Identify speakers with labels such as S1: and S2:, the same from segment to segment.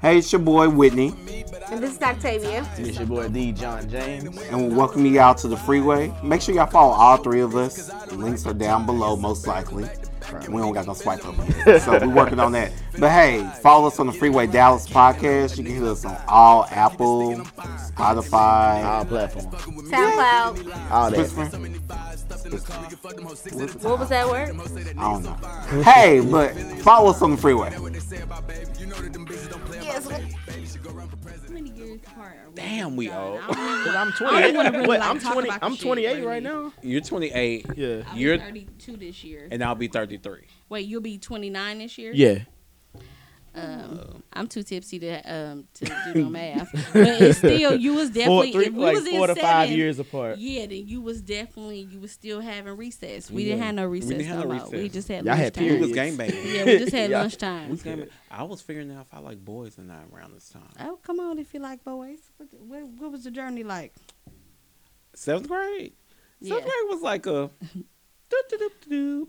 S1: Hey, it's your boy Whitney,
S2: And this is Octavia.
S3: It's your boy D. John James.
S1: and we welcome you out to the freeway. Make sure y'all follow all three of us. Links are down below, most likely. We don't got no swipe up here, so we're working on that. But hey, follow us on the Freeway Dallas podcast. You can hit us on all Apple, Spotify.
S3: All platforms.
S2: SoundCloud.
S3: All that.
S1: Christopher?
S2: What was that word?
S1: I don't know. Hey, but follow us on the freeway.
S4: How many years apart are we?
S5: Damn, we old.
S4: I'm,
S3: But I'm
S4: don't wanna
S3: 28.
S4: really,
S3: What,
S4: like,
S3: I'm
S4: talk
S3: 20.
S4: about
S3: I'm
S4: this shit
S3: 28
S4: right
S3: right
S4: now.
S3: now.
S5: You're 28,
S3: Yeah.
S4: I'm
S5: You're-
S4: 32 this year.
S5: and I'll be 33.
S4: Wait, you'll be 29 this year?
S3: Yeah.
S4: Um, I'm too tipsy to um to do no math, but it's still you was definitely if we was in seven,
S3: apart.
S4: Yeah, then you was definitely you was still having recess. We didn't
S3: Yeah.
S4: have no recess
S5: didn't have
S4: no
S5: no
S4: more. We
S5: recess.
S4: just had
S3: Y'all had
S4: lunchtime.
S5: We
S3: periods.
S5: was game banging.
S4: Yeah, we just had
S3: Y'all-
S4: lunchtime.
S5: We was game I was figuring out if I like boys or not around this time.
S4: Oh come on! If you like boys, what, what, what was the journey like?
S5: Seventh grade. Seventh
S4: Yeah.
S5: grade was like a. doo-doo-doo-doo-doo.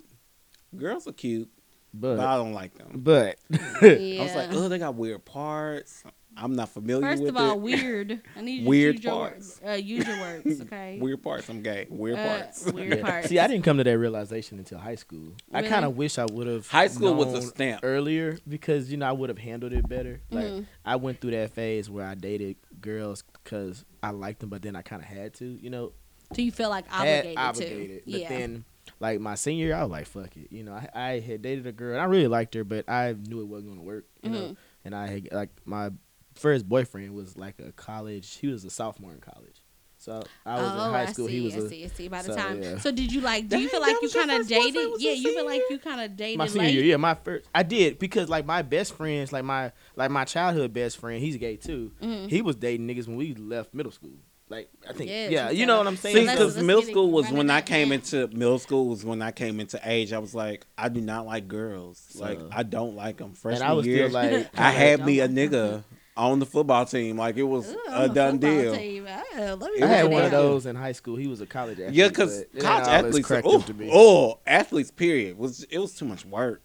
S5: Girls are cute, but I
S3: But,
S5: don't like them.
S3: but
S5: I was like, oh, they got weird parts. I'm not familiar
S4: First
S5: with
S4: of all,
S5: it.
S4: weird. I need you
S5: Weird
S4: to use your,
S5: parts.
S4: words. Uh, use your words, okay?
S5: Weird parts. I'm gay. Weird
S4: Uh,
S5: parts.
S4: Weird
S3: Yeah.
S4: parts.
S3: See, I didn't come to that realization until high school. I
S4: Really?
S3: kind of wish I would have.
S5: High school was a stamp.
S3: earlier because you know I would have handled it better. Like
S4: Mhm.
S3: I went through that phase where I dated girls because I liked them, but then I kind of had to, you know,
S4: Do you feel like
S3: had
S4: obligated,
S3: obligated.
S4: to?
S3: But then, like my senior, year, I was like, "Fuck it," you know. I, I had dated a girl and I really liked her, but I knew it wasn't gonna work, you know.
S4: Mm-hmm.
S3: And I had, like my first boyfriend was like a college. He was a sophomore in college, so I was
S4: oh,
S3: in high school.
S4: I see,
S3: he was
S4: I
S3: a
S4: see, I see. By the
S3: so,
S4: time,
S3: yeah.
S4: so did you like? Do you
S5: Dang,
S4: feel like
S5: that
S4: you
S5: was your
S4: kind of
S5: first boyfriend
S4: dated?
S5: was
S4: Yeah,
S5: your
S4: you feel
S5: senior
S4: like
S5: year?
S4: you kind of dated
S3: my senior
S4: late.
S3: year, yeah, my first. I did because like my best friends, like my like my childhood best friend, he's gay too.
S4: Mhm.
S3: He was dating niggas when we left middle school. Like I think,
S4: Yes,
S3: yeah,
S4: you
S3: you
S4: tell
S3: know what
S4: me.
S3: I'm
S5: See,
S3: saying.
S4: let's-
S5: because
S4: let's
S5: middle
S4: get it
S5: school was
S4: running
S5: when I
S4: back
S5: came
S4: now.
S5: into middle school was when I came into age. I was like, I do not like girls. Like
S3: So-
S5: I don't like them.
S3: and
S5: Freshman
S3: I was
S5: year,
S3: still like,
S5: I had
S4: Don't
S5: me a
S4: like 'em.
S5: nigga on the football team. Like it was
S4: Ooh,
S5: a done
S4: football
S5: deal.
S4: team. Oh, let
S5: It
S4: me
S3: I
S5: was
S3: had
S5: a
S4: write
S3: one
S4: it
S5: done
S3: of
S4: down.
S5: deal.
S3: those in high school. He was a college athlete.
S5: Yeah, because
S3: but it
S5: college
S3: always
S5: athletes,
S3: cracked
S5: oh,
S3: up to me.
S5: oh, athletes, period was it was too much work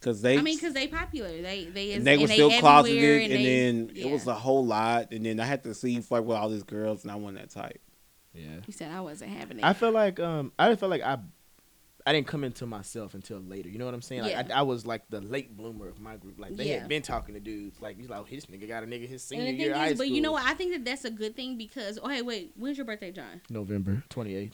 S5: because they,
S4: I mean, because they popular. They they is,
S5: and they
S4: and
S5: were still
S4: everywhere,
S5: closeted, and,
S4: and, they-
S5: then it was
S4: yeah.
S5: a whole lot, and then I had to see flirt with all these girls, and I wasn't that type.
S3: Yeah.
S4: You said I wasn't having it.
S3: I feel like um, I felt like I, I didn't come into myself until later. You know what I'm saying? Like
S4: Yeah.
S3: I, I was like the late bloomer of my group. Like they
S4: Yeah.
S3: had been talking to dudes. Like he's like, oh, this nigga got a nigga his
S4: and
S3: senior
S4: the
S3: year
S4: thing
S3: of high
S4: is,
S3: school.
S4: but you know what? I think that that's a good thing because. Oh, hey, wait. When's your birthday, John?
S3: November 28th.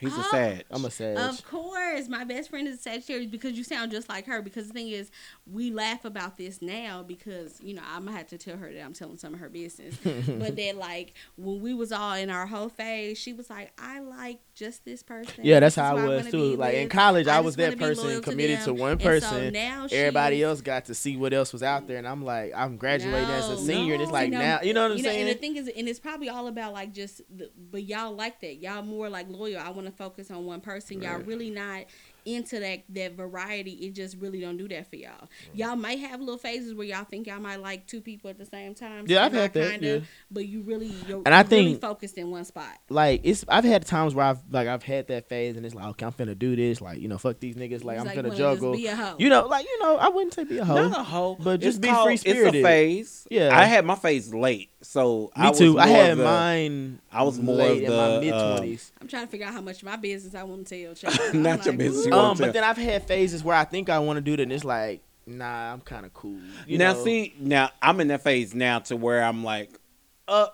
S5: He's a
S4: Oh.
S5: sad.
S3: I'm a savage.
S4: Of course, my best friend is Sagittarius because you sound just like her. Because the thing is, we laugh about this now because you know I'm gonna have to tell her that I'm telling some of her business. but that like when we was all in our whole phase, she was like, "I like just this person."
S3: Yeah, that's
S4: This is
S3: how
S4: who
S3: I was
S4: wanna
S3: too.
S4: be
S3: Like in
S4: with.
S3: college, I,
S4: I
S3: was
S4: just wanna
S3: that
S4: be
S3: person
S4: loyal to
S3: committed to,
S4: them.
S3: one
S4: And so
S3: person.
S4: now
S3: Everybody
S4: she's-
S3: else got to see what else was out there, and I'm like, I'm graduating as
S4: No,
S3: a senior, and it's
S4: no.
S3: like
S4: You know,
S3: now, you know what I'm
S4: you know,
S3: saying?
S4: and the thing is, and it's probably all about like just, the, but y'all like that. Y'all more like loyal. I want to focus on one person. Y'all all
S3: Right.
S4: really not into that that variety. It just really don't do that for y'all. Y'all might have little phases where y'all think y'all might like two people at the same time.
S3: Yeah, I've
S4: semi,
S3: had that, yeah.
S4: But you really, you're,
S3: And I
S4: you're really
S3: think-
S4: focused in one spot.
S3: like it's I've had times where I've like I've had that phase and it's like okay I'm finna do this like you know fuck these niggas like
S4: It's
S3: I'm
S4: like,
S3: gonna
S4: wanna just
S3: juggle
S4: be a hoe.
S3: you know like you know I wouldn't say be a hoe
S5: Not a hoe,
S3: but
S5: It's
S3: just be
S5: called-
S3: free spirited.
S5: It's a phase.
S3: Yeah.
S5: I had my phase late, so
S3: Me
S5: I was
S3: too. I
S5: more
S3: had
S5: the-
S3: mine.
S5: I was more of
S3: late in my
S5: the, uh, um,
S3: mid twenties.
S4: I'm trying to figure out how much of my business I want to tell. child. I'm
S5: Not your
S4: like,
S5: business.
S4: ooh.
S5: You wanna
S3: um,
S5: tell.
S3: but then I've had phases where I think I want to do it and it's like nah I'm kind of cool. You
S5: now
S3: know?
S5: see, now I'm in that phase now to where I'm like, uh,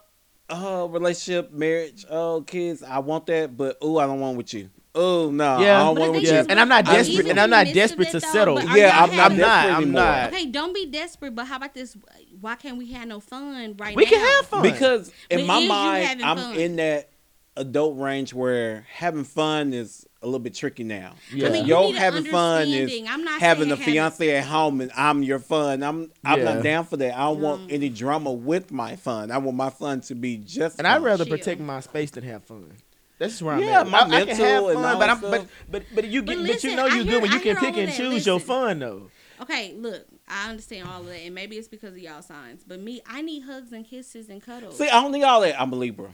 S5: uh, relationship, marriage, oh, kids, I want that, but oh, I don't want with you. Oh no,
S3: Yeah.
S5: I don't want
S4: But the
S5: with
S4: thing
S5: you.
S3: yeah,
S4: is,
S3: and I'm not
S5: I-
S3: desperate
S5: even
S3: and I'm
S4: in
S3: not
S4: the midst of
S3: desperate to
S4: that, though,
S3: settle.
S4: but are
S5: Yeah,
S4: y'all
S5: I'm not
S4: having-
S3: I'm not.
S5: desperate
S3: I'm
S5: anymore.
S3: not.
S4: Okay, don't be desperate, but how about this? Why can't we have no fun right
S3: We
S4: now?
S3: can have fun
S5: Because in
S4: But
S5: my
S4: is you
S5: mind,
S4: having
S5: I'm
S4: fun?
S5: in that adult range where having fun is a little bit tricky now.
S3: Yeah.
S5: Yeah.
S3: I mean, you
S5: your
S4: need a
S5: having fun is
S4: understanding. I'm not
S5: having
S4: saying
S5: a
S4: having-
S5: fiance at home and I'm your fun. I'm I'm
S3: Yeah.
S5: not down for that. I don't want
S4: No.
S5: any drama with my fun. I want my fun to be just
S3: And I'd
S5: fun.
S3: rather
S4: Chill.
S3: protect my space than have fun. That's where I'm
S5: Yeah,
S3: at.
S5: my
S3: I, I can
S5: mental
S3: have
S5: and
S3: fun,
S5: all
S3: but
S5: that
S3: I'm but
S5: stuff.
S3: but but you get
S4: But
S3: but,
S4: listen,
S3: you know
S4: I
S3: you
S4: hear-
S3: good when you
S4: I
S3: can
S4: hear
S3: pick
S4: all
S3: and
S4: that.
S3: choose your
S4: Listen.
S3: fun though.
S4: Okay, look, I understand all of that, and maybe it's because of y'all signs. But me, I need hugs and kisses and cuddles.
S5: See, I don't need all that. I'm a Libra.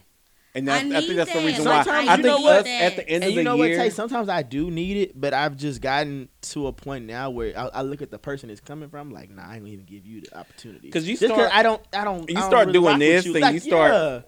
S6: And
S4: I
S6: that's, I,
S4: need
S6: think that's the
S4: that.
S6: reason
S3: Sometimes
S6: why. I
S3: you
S6: think
S3: know what?
S6: us at the end
S3: and
S6: of
S3: you
S6: the
S3: know
S6: year.
S3: what, Tay? Sometimes I do need it, but I've just gotten to a point now where I, I look at the person it's coming from, like, nah, I ain't gonna even give you the opportunity.
S6: 'Cause you
S3: Just
S6: start-
S3: I don't, I don't.
S6: you
S3: I don't
S6: start
S3: really
S6: doing
S3: rock with
S6: this and you start-
S3: yeah.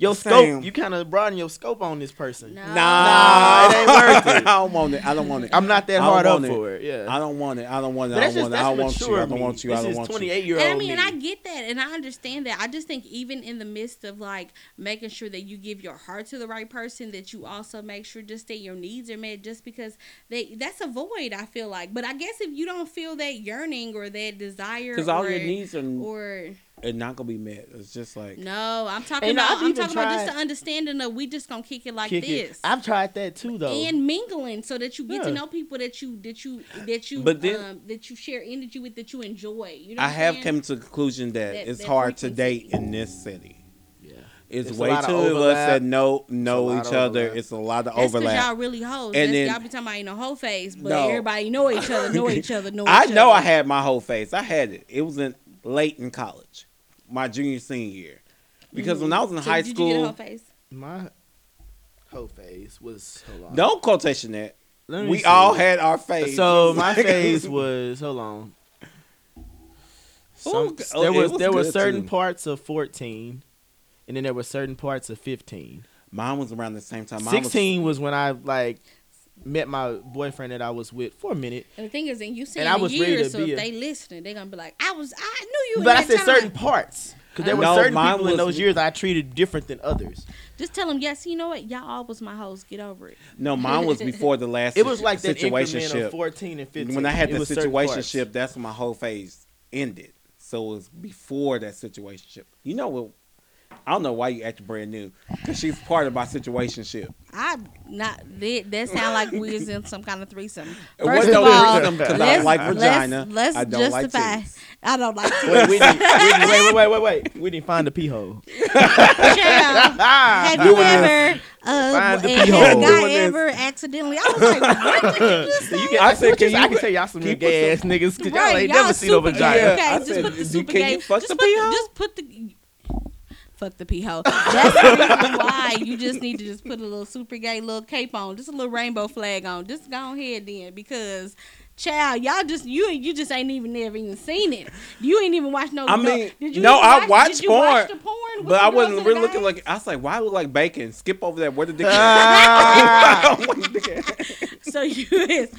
S3: your
S6: Same.
S3: scope. You kind of broaden your scope on this person.
S4: No.
S6: nah,
S3: Nah, it ain't worth
S6: I
S3: it.
S6: don't want it. I don't want it.
S3: I'm not that
S6: I don't
S3: hard up
S6: want it.
S3: for it. Yeah,
S6: I don't want it. I don't want it.
S3: but
S6: I
S3: that's just
S6: don't want it. I
S3: that's
S6: don't want you.
S3: mature.
S6: I don't want you. I don't
S3: This is
S6: want you.
S3: 28 year old.
S4: And I mean, and I get that, and I understand that. I just think even in the midst of like making sure that you give your heart to the right person, that you also make sure just that your needs are met. Just because they that's a void, I feel like. But I guess if you don't feel that yearning or that desire,
S6: Because all
S4: or,
S6: your needs are,
S4: or
S6: are not gonna be met. It's just like
S4: no, I'm talking
S3: And I've
S4: about I'm
S3: even
S4: talking about just
S3: tried-
S4: the understanding of we just gonna kick it like
S3: Kick it.
S4: this.
S3: I've tried that too, though.
S4: and mingling so that you get to
S3: Yeah.
S4: know people that you that you that you
S6: But then-
S4: um, that you share energy with that you enjoy. You know,
S6: I
S4: what I'm
S6: have
S4: saying?
S6: come to the conclusion that,
S4: That-
S6: it's
S4: that
S6: hard to
S4: frequency.
S6: date in this city.
S3: yeah.
S6: It's
S3: It's a
S6: way too
S3: lot of
S6: of us
S3: overlap.
S6: that know
S3: It's a
S6: know
S3: lot
S6: each
S3: of
S6: other.
S3: overlap.
S6: It's a lot of
S4: That's because y'all
S6: overlap.
S4: really hoes.
S6: And
S4: That's,
S6: then-
S4: y'all be talking about ain't no hoe face, but
S6: No.
S4: everybody know each other, know each other, know each
S6: I
S4: other.
S6: know I had my whole face. I had it. It was in late in college, my junior senior year, because when I was in
S4: Mm-hmm. So
S6: high
S4: did You get a hoe
S6: school,
S4: face?
S3: My whole phase was hold on.
S6: don't quotation that.
S3: Let me
S6: We
S3: see.
S6: all had our face.
S3: So my phase was hold on. Some,
S6: Ooh, oh,
S3: there
S6: it
S3: was,
S6: was
S3: there were
S6: good,
S3: certain
S6: too.
S3: parts of fourteen, and then there were certain parts of fifteen.
S6: mine was around the same time. Mine was-
S3: Sixteen was when I like met my boyfriend that I was with for a minute.
S4: And the thing is, and you see in
S3: And I
S4: a
S3: was ready
S4: year,
S3: to
S4: so
S3: be
S4: if
S3: a-
S4: they listening, they gonna be like, "I was, I knew you."
S3: But I
S4: in that
S3: said
S4: time.
S3: certain parts because there were
S6: No,
S3: certain
S6: mine
S3: people in
S6: was-
S3: those years I treated different than others.
S4: Just tell them, yes, you know what? Y'all all was my hoes. Get over it.
S6: no, mine was before the last.
S3: It was like that increment
S6: situationship.
S3: of fourteen and fifteen.
S6: when I had
S3: It
S6: the
S3: was certain parts.
S6: situationship, that's when my whole phase ended. So it was before that situationship. You know what? I don't know why you act brand new because she's part of my situationship.
S4: I not that. That sound like we is in some kind of threesome.
S6: It
S4: First
S6: wasn't
S4: of
S6: no
S4: all,
S6: threesome 'cause I
S4: let's,
S6: like
S4: let's-
S6: vagina.
S4: Let's,
S6: I don't like
S4: justify.
S6: titties.
S4: I don't like titties.
S3: Wait, Whitney, Whitney, wait, wait, wait, wait, wait. Whitney, find the pee hole.
S4: Child.
S3: Ah,
S4: Have you
S3: doing this.
S4: ever, uh,
S3: Find the
S4: has
S3: peephole.
S4: a guy
S6: Doing this.
S4: ever accidentally? I was like, what did you just say?
S3: You get,
S6: I
S3: I,
S6: said,
S3: said,
S6: can
S3: I
S6: you-
S3: can tell y'all some
S6: can you
S3: gay ass
S6: put
S3: niggas because y'all
S4: Right,
S3: ain't never seen no
S4: super
S3: vagina.
S6: Yeah,
S4: Okay,
S6: I
S4: just
S6: said,
S4: put the
S6: "Do-
S4: super
S6: can you
S4: gay.
S6: fuck
S4: just,
S6: the
S4: put
S6: pee hole?"
S4: the, just put the. Fuck the pee hole. That's the reason why you just need to just put a little super gay little cape on, just a little rainbow flag on. Just go ahead then, because child, y'all just you you just ain't even never even seen it. You ain't even watched no.
S6: I
S4: no-
S6: mean,
S4: did you
S6: no,
S4: even
S6: I
S4: watch,
S6: watch
S4: did you watch
S6: porn,
S4: the porn with
S6: But
S4: the
S6: I
S4: girls
S6: wasn't
S4: and the
S6: really looking
S4: guys?
S6: like I was like, why I look like bacon? Skip over that. Where the dick? at?
S3: Ah,
S4: So you is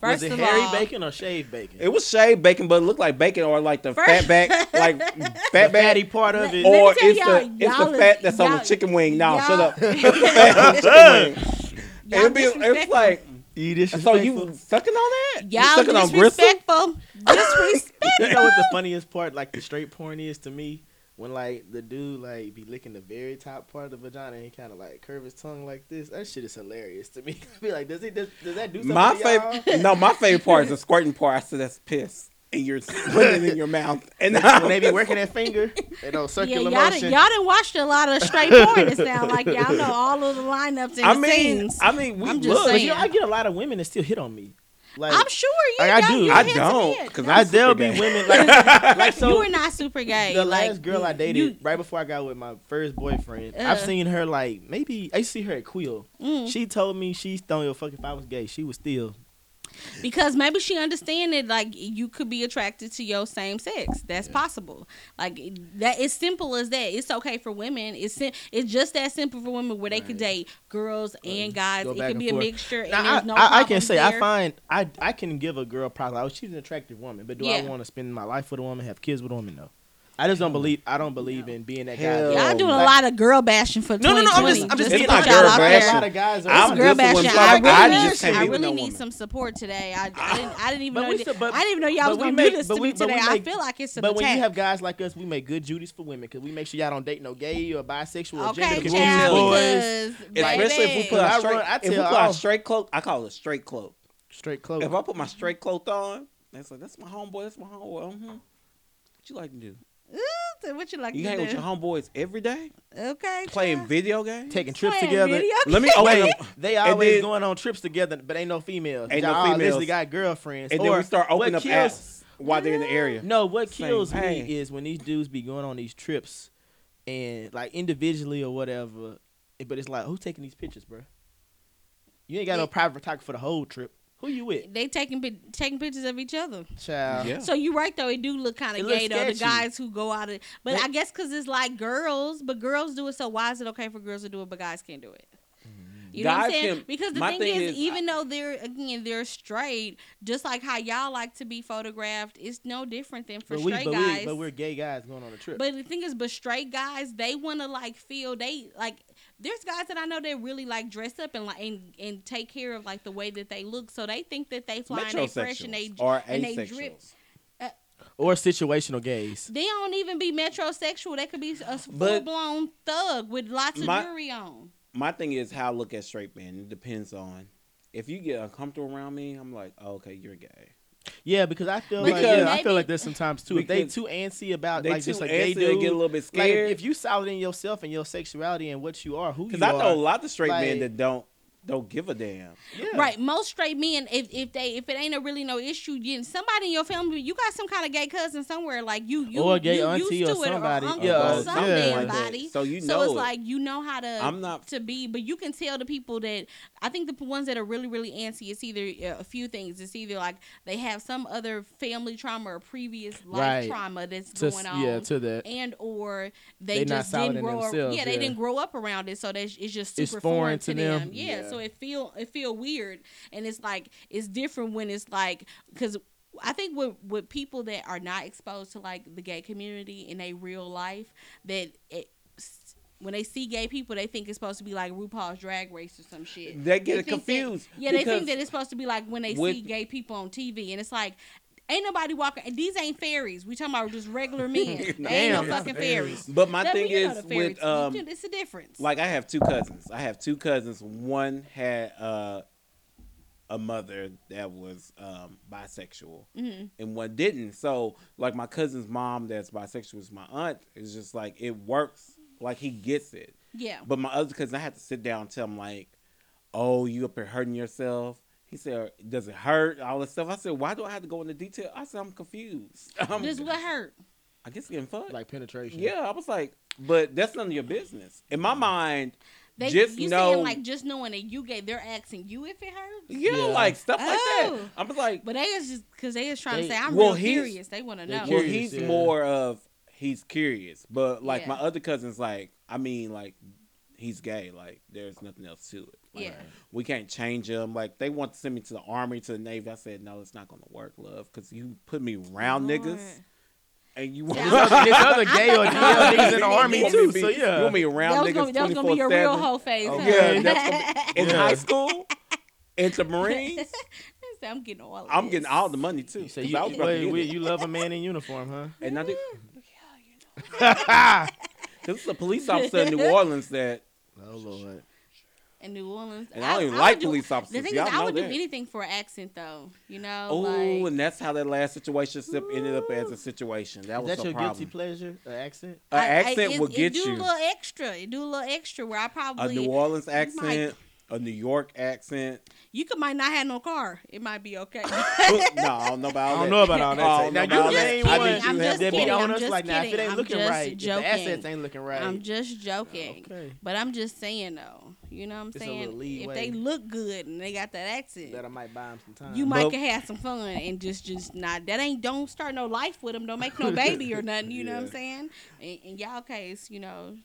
S4: first
S3: was it
S4: of
S3: hairy
S4: all,
S3: bacon or shaved bacon?
S6: it was shaved bacon, but it looked like bacon or like the
S4: First-
S6: fat back, like
S3: the
S6: fat
S3: fatty
S6: back.
S3: part of
S4: Let-
S3: it.
S4: let me
S6: Or
S4: tell
S6: it's
S4: y'all,
S6: the it's
S4: y'all
S6: the
S4: is-
S6: fat that's on the
S4: y'all-
S6: chicken wing. Nah,
S4: y'all-
S6: shut up. Fat on the chicken wing.
S4: Y'all
S6: It'd be, it's
S4: disrespectful.
S6: like,
S3: you
S6: so
S3: disrespectful.
S6: you sucking on that? You
S4: y'all
S6: sucking on gristle?
S4: disrespectful. Disrespect.
S3: You know what the funniest part, like the straight porn, is to me when like the dude like be licking the very top part of the vagina and he kind of like curve his tongue like this. That shit is hilarious to me. be like, does he does, does that do something?
S6: My
S3: to y'all?
S6: favorite, no, my favorite part is the squirting part. I said that's piss, and you're putting it in your mouth, and
S3: when they be working that finger, they don't
S4: Yeah,
S3: circular
S4: y'all,
S3: motion.
S4: done, y'all done watched a lot of straight porn. It sound like y'all know all of the lineups and
S6: I
S4: the
S6: mean,
S4: scenes.
S6: I mean, we
S4: I'm just
S6: look.
S3: But you know,
S4: saying.
S3: I get a lot of women that still hit on me. Like
S4: I'm sure you.
S3: Like, I
S4: y'all-
S3: do.
S4: you
S6: I
S4: hit
S6: don't,
S4: some
S6: 'cause
S4: hit.
S6: I'm
S3: I there'll be
S6: gay.
S3: women like like so.
S4: you were not super gay.
S3: the
S4: like,
S3: last girl I
S4: you-
S3: dated
S4: you-
S3: right before I got with my first boyfriend,
S4: Uh.
S3: I've seen her like maybe I see her at Quill.
S4: Mm.
S3: She told me she don't give a fuck if I was gay. She was still
S4: because maybe she understand that like you could be attracted to your same sex that's possible like that it's simple as that it's okay for women it's sim- it's just that simple for women where they could date girls and guys
S3: Go
S4: it
S3: back
S4: could
S3: and
S4: be a
S3: forth.
S4: mixture and
S3: Now, I,
S4: there's no
S3: I, I can
S4: problems
S3: say I
S4: there.
S3: find I I can give a girl probably oh, she's an attractive woman, but do I
S4: Yeah.
S3: want to spend my life with a woman, have kids with a woman? No, I just don't believe I don't believe in being that
S6: Hell.
S3: guy.
S6: Yeah,
S4: y'all doing a lot of girl bashing for
S3: No, no, no, I'm
S4: 2020.
S3: just- I'm just
S4: to
S6: being
S4: put
S6: like
S4: y'all
S6: girl
S4: out
S6: bashing.
S4: there.
S6: That's
S3: A lot of guys are.
S6: I'm
S4: It's girl
S6: just the one
S4: bashing.
S6: black
S4: I
S6: guy.
S4: really,
S6: I
S4: need-
S6: just can't
S4: I
S6: be with
S4: really
S6: no
S4: need
S6: woman. Ah.
S4: some support today. I, I didn't, I didn't even
S3: But
S4: know.
S3: we
S4: that-
S3: still- but-
S4: I didn't even know y'all was
S3: but we
S4: gonna
S3: make-
S4: do this
S3: but
S4: to
S3: we-
S4: me
S3: but we
S4: today. I
S3: make-
S4: feel like it's an
S3: But when
S4: attack.
S3: you have guys like us, we make good Judies for women because we make sure y'all don't date no gay or bisexual or
S4: okay,
S3: gender
S4: child,
S3: boys.
S4: because
S6: Especially if we
S4: baby.
S6: put our
S3: I
S6: straight,
S3: run- I
S6: if we
S3: tell
S6: put our
S3: all-
S6: straight cloak, I call it straight cloak.
S3: Straight clothes.
S6: If I put my straight cloak on, that's like that's my homeboy. That's my homeboy. Mm-hmm. What you like to do?
S4: Ooh, what you like
S6: You
S4: to
S6: hang
S4: do?
S6: with your homeboys every day,
S4: Okay,
S6: playing
S4: child.
S6: video games,
S3: Taking trips
S4: Playing
S3: together.
S4: video
S6: Let me open
S3: Wait,
S6: up.
S3: they always
S6: then-
S3: going on trips together, but ain't no females.
S6: Ain't no
S3: Y'all all
S6: females.
S3: Literally got girlfriends.
S6: and
S3: or
S6: then we start
S3: what
S6: opening up
S3: kills-
S6: apps while they're in the area.
S3: No, what
S6: Same
S3: kills
S6: thing.
S3: me is when these dudes be going on these trips and like individually or whatever. it- But it's like, who taking these pictures, bro? You ain't got no
S4: Yeah.
S3: private photographer for the whole trip. Who you with,
S4: They taking pic- taking pictures of each other.
S3: child?
S6: Yeah.
S4: So you're right though. It do look kind
S3: It
S4: of
S3: looks
S4: gay though. The
S3: sketchy.
S4: guys who go out of, but
S3: They-
S4: I guess because it's like girls, but girls do it. So why is it okay for girls to do it, but guys can't do it?
S3: Mm-hmm.
S4: You know what I'm
S6: Guys
S4: saying?
S6: can-
S4: because the
S6: my
S4: thing,
S6: thing
S4: is,
S6: is,
S4: even though they're again they're straight, just like how y'all like to be photographed, it's no different than for
S3: But we,
S4: straight
S3: but,
S4: guys.
S3: we, but we're gay guys going on a trip.
S4: But the thing is, but straight guys, they want to like feel they like. There's guys that I know that really like dress up and like and, and take care of like the way that they look, so they think that they fly and they fresh and they
S6: Metrosexuals or
S4: and they drip.
S6: asexuals.
S3: or situational gays.
S4: They don't even be metrosexual. They could be a full
S6: But-
S4: blown thug with lots of
S6: My-
S4: jewelry on.
S6: My thing is how I look at straight men. It depends on if you get uncomfortable around me. I'm like, oh, okay, you're gay.
S3: Yeah, because I feel like
S6: Because-
S3: yeah, I feel
S4: Maybe-
S3: like there's sometimes too. If they
S6: Because
S3: too antsy about
S6: They
S3: like
S6: too
S3: just like they
S6: antsy. They
S3: do,
S6: get a little bit
S3: like
S6: scared.
S3: if, if you solid in yourself and your sexuality and what you are, who you
S6: Because I know
S3: are,
S6: a lot of straight men
S3: like-
S6: that don't don't give a damn.
S3: yeah.
S4: Right. Most straight men, if, if they if it ain't a really no issue, then somebody in your family, you got some kind of gay cousin somewhere. Like you, you
S3: Or a gay
S4: you
S3: auntie
S4: used
S3: or
S4: to it,
S3: somebody.
S4: Or uncle
S3: Yeah,
S4: or
S3: uh,
S4: some
S3: yeah.
S4: damn
S3: like
S6: that.
S4: body.
S6: So you
S4: So
S6: know
S4: it's
S6: it.
S4: like you know how to
S6: I'm not-
S4: to be, but you can tell the people that I think the p- ones that are really really antsy. It's either uh, a few things. It's either like they have some other family trauma or previous life
S3: Right.
S4: trauma that's
S3: To,
S4: going on.
S3: yeah, to that.
S4: and or they,
S3: They not
S4: just
S3: solid
S4: didn't
S3: in
S4: grow up,
S3: themselves,
S4: yeah they
S3: yeah.
S4: didn't grow up around it so that it's just super
S3: It's
S4: foreign, to them, Yeah,
S3: Yeah.
S4: so it feel it feel weird and it's like it's different when it's like because I think with with people that are not exposed to like the gay community in a real life that it when they see gay people, they think it's supposed to be like RuPaul's Drag Race or some shit.
S6: They get
S4: think that-
S6: confused
S4: yeah, they think
S6: because-
S4: that it's supposed to be like when they see
S6: With-
S4: gay people on TV, and it's like, ain't nobody walking. and These ain't fairies. We talking about just regular men. They ain't
S6: Damn.
S4: no fucking fairies.
S6: But my
S4: That-
S6: thing
S4: you know
S6: is
S4: the fairies.
S6: with um,
S4: You do- it's a difference.
S6: like I have two cousins. I have two cousins. One had uh, a mother that was um, bisexual, and one didn't. So like my cousin's mom that's bisexual is my aunt. It's just like it works. Like he gets it.
S4: yeah,
S6: But my other cousin, I had to sit down and tell him like, "Oh, you up here hurting yourself." He said, "Does it hurt?" All this stuff. I said, "Why do I have to go into detail?" I said, "I'm confused." I'm,
S4: this what hurt.
S6: I guess getting fucked.
S3: Like penetration.
S6: Yeah, I was like, but that's none of your business. In my mind,
S4: They
S6: just
S4: you
S6: know,
S4: saying like just knowing that you gay, they're asking you if it hurts.
S6: yeah,
S3: Yeah.
S6: like stuff like
S4: Oh.
S6: that. I'm like,
S4: But they is just because they is trying
S3: They-
S4: to say I'm real
S6: Well, he's-
S4: curious. They want to
S3: They
S4: know.
S6: well,
S3: curious,
S6: he's
S3: yeah.
S6: more of he's curious, but like my
S4: Yeah.
S6: other cousins, like I mean, like he's gay. Like there's nothing else to it. Like,
S4: Yeah.
S6: we can't change him. Like they want to send me to the army, to the navy. I said, no, it's not gonna work, love, because you put me around
S4: Lord.
S6: niggas, and you want.
S4: Yeah,
S3: There's other- there's other gay or
S4: thought-
S3: gay niggas in the
S6: You want me
S3: army
S6: to
S3: too.
S6: be-
S3: So yeah,
S6: you want me
S4: that
S6: around
S4: was gonna,
S6: niggas
S4: that was gonna be a
S6: 24/7?
S4: real whole phase.
S6: Oh,
S4: huh?
S6: yeah, that's gonna be, in
S3: Yeah.
S6: high school, into Marines.
S4: I'm getting all. Of
S6: I'm
S4: this.
S6: getting all the money too.
S3: You say
S6: 'cause
S3: you,
S6: I was about to
S3: wait,
S6: get
S3: wait,
S6: it.
S3: you love a man in uniform, huh?
S6: and I did. This is a police officer in New Orleans that
S3: Oh lord.
S4: in New Orleans.
S6: And I don't even like
S4: would
S6: police officers.
S4: The thing
S6: Y'all
S4: is, I
S6: know
S4: would
S6: that.
S4: do anything for an accent, though. You know,
S6: oh,
S4: like
S6: and that's how that last situation ended up as a situation.
S3: Is
S6: That was
S3: that
S6: the
S3: your
S6: problem.
S3: guilty pleasure? An accent?
S6: An
S4: I- I-
S6: accent
S4: it-
S6: will
S4: it
S6: get
S4: do
S6: you
S4: a little extra. It do a little extra where I
S6: a
S4: probably
S6: New Orleans accent, a New York accent.
S4: you could might not have no car. It might be okay.
S6: no, I don't know about.
S3: I don't
S6: All that.
S3: know about all that.
S6: I
S3: shit.
S6: don't
S3: Oh, now
S6: know
S3: you
S6: about
S3: the
S6: that.
S3: same
S6: I
S3: one
S6: need
S4: I'm
S6: you to
S3: that
S4: just
S6: have that
S3: be
S4: kidding.
S6: ball.
S3: on
S4: I'm
S3: us
S4: just
S3: like, nah, if it
S4: kidding.
S3: ain't
S4: I'm
S3: looking
S4: just
S3: right, if
S4: joking.
S3: the assets ain't looking right.
S4: I'm just joking.
S3: Okay.
S4: But I'm just saying though. You know what I'm
S3: It's a
S4: saying?
S3: little
S4: If
S3: leeway.
S4: they look good and they got that accent,
S3: that I might buy him some time.
S4: you might
S6: But-
S4: can have some fun and just just not that ain't don't start no life with them don't make no baby or nothing you know what i'm
S3: Yeah.
S4: saying in, in y'all case you know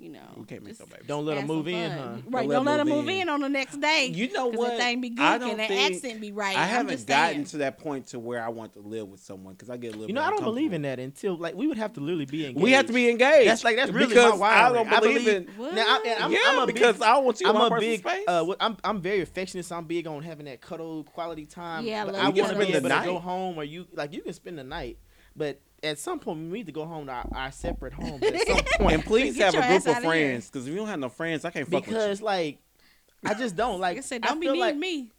S4: you know
S6: We can't
S4: just
S6: make no baby.
S3: don't let
S4: have
S3: him
S4: some
S3: move in,
S4: fun.
S3: huh?
S4: right don't let them move in. on the next day
S6: You know
S4: 'cause
S6: what?
S4: that thing be
S6: I
S4: good
S6: don't
S4: and that
S6: think-
S4: accent be right
S6: I
S4: I'm
S6: haven't
S4: just
S6: gotten
S4: saying.
S6: to that point to where I want to live with someone because I get a little.
S3: You know, I don't believe in that until like we would have to literally be engaged.
S6: We have to be engaged.
S3: That's like that's really
S6: because
S3: my wiring.
S6: I don't believe, in.
S4: What?
S3: Now, I, and I'm,
S6: yeah,
S3: I'm a
S6: because
S3: big,
S6: I don't want you. in my
S3: I'm a
S6: personal
S3: big.
S6: space.
S3: Uh, what- I'm I'm very affectionate. So I'm big on having that cuddle quality time.
S4: Yeah, I
S3: but
S4: love
S3: I
S6: You can
S3: want to
S6: spend
S3: be
S6: the
S3: able
S6: night.
S3: to go home or you like you can spend the night, but at some point we need to go home to our, our separate homes. At some
S6: and
S3: point,
S6: please
S4: Get
S6: have
S4: your
S6: a
S4: ass
S6: group of
S4: outta here.
S6: friends because if you don't have no friends, I can't fuck with you.
S3: because like I just don't like.
S4: like i said don't be
S3: feel
S4: mean
S3: like,
S4: to me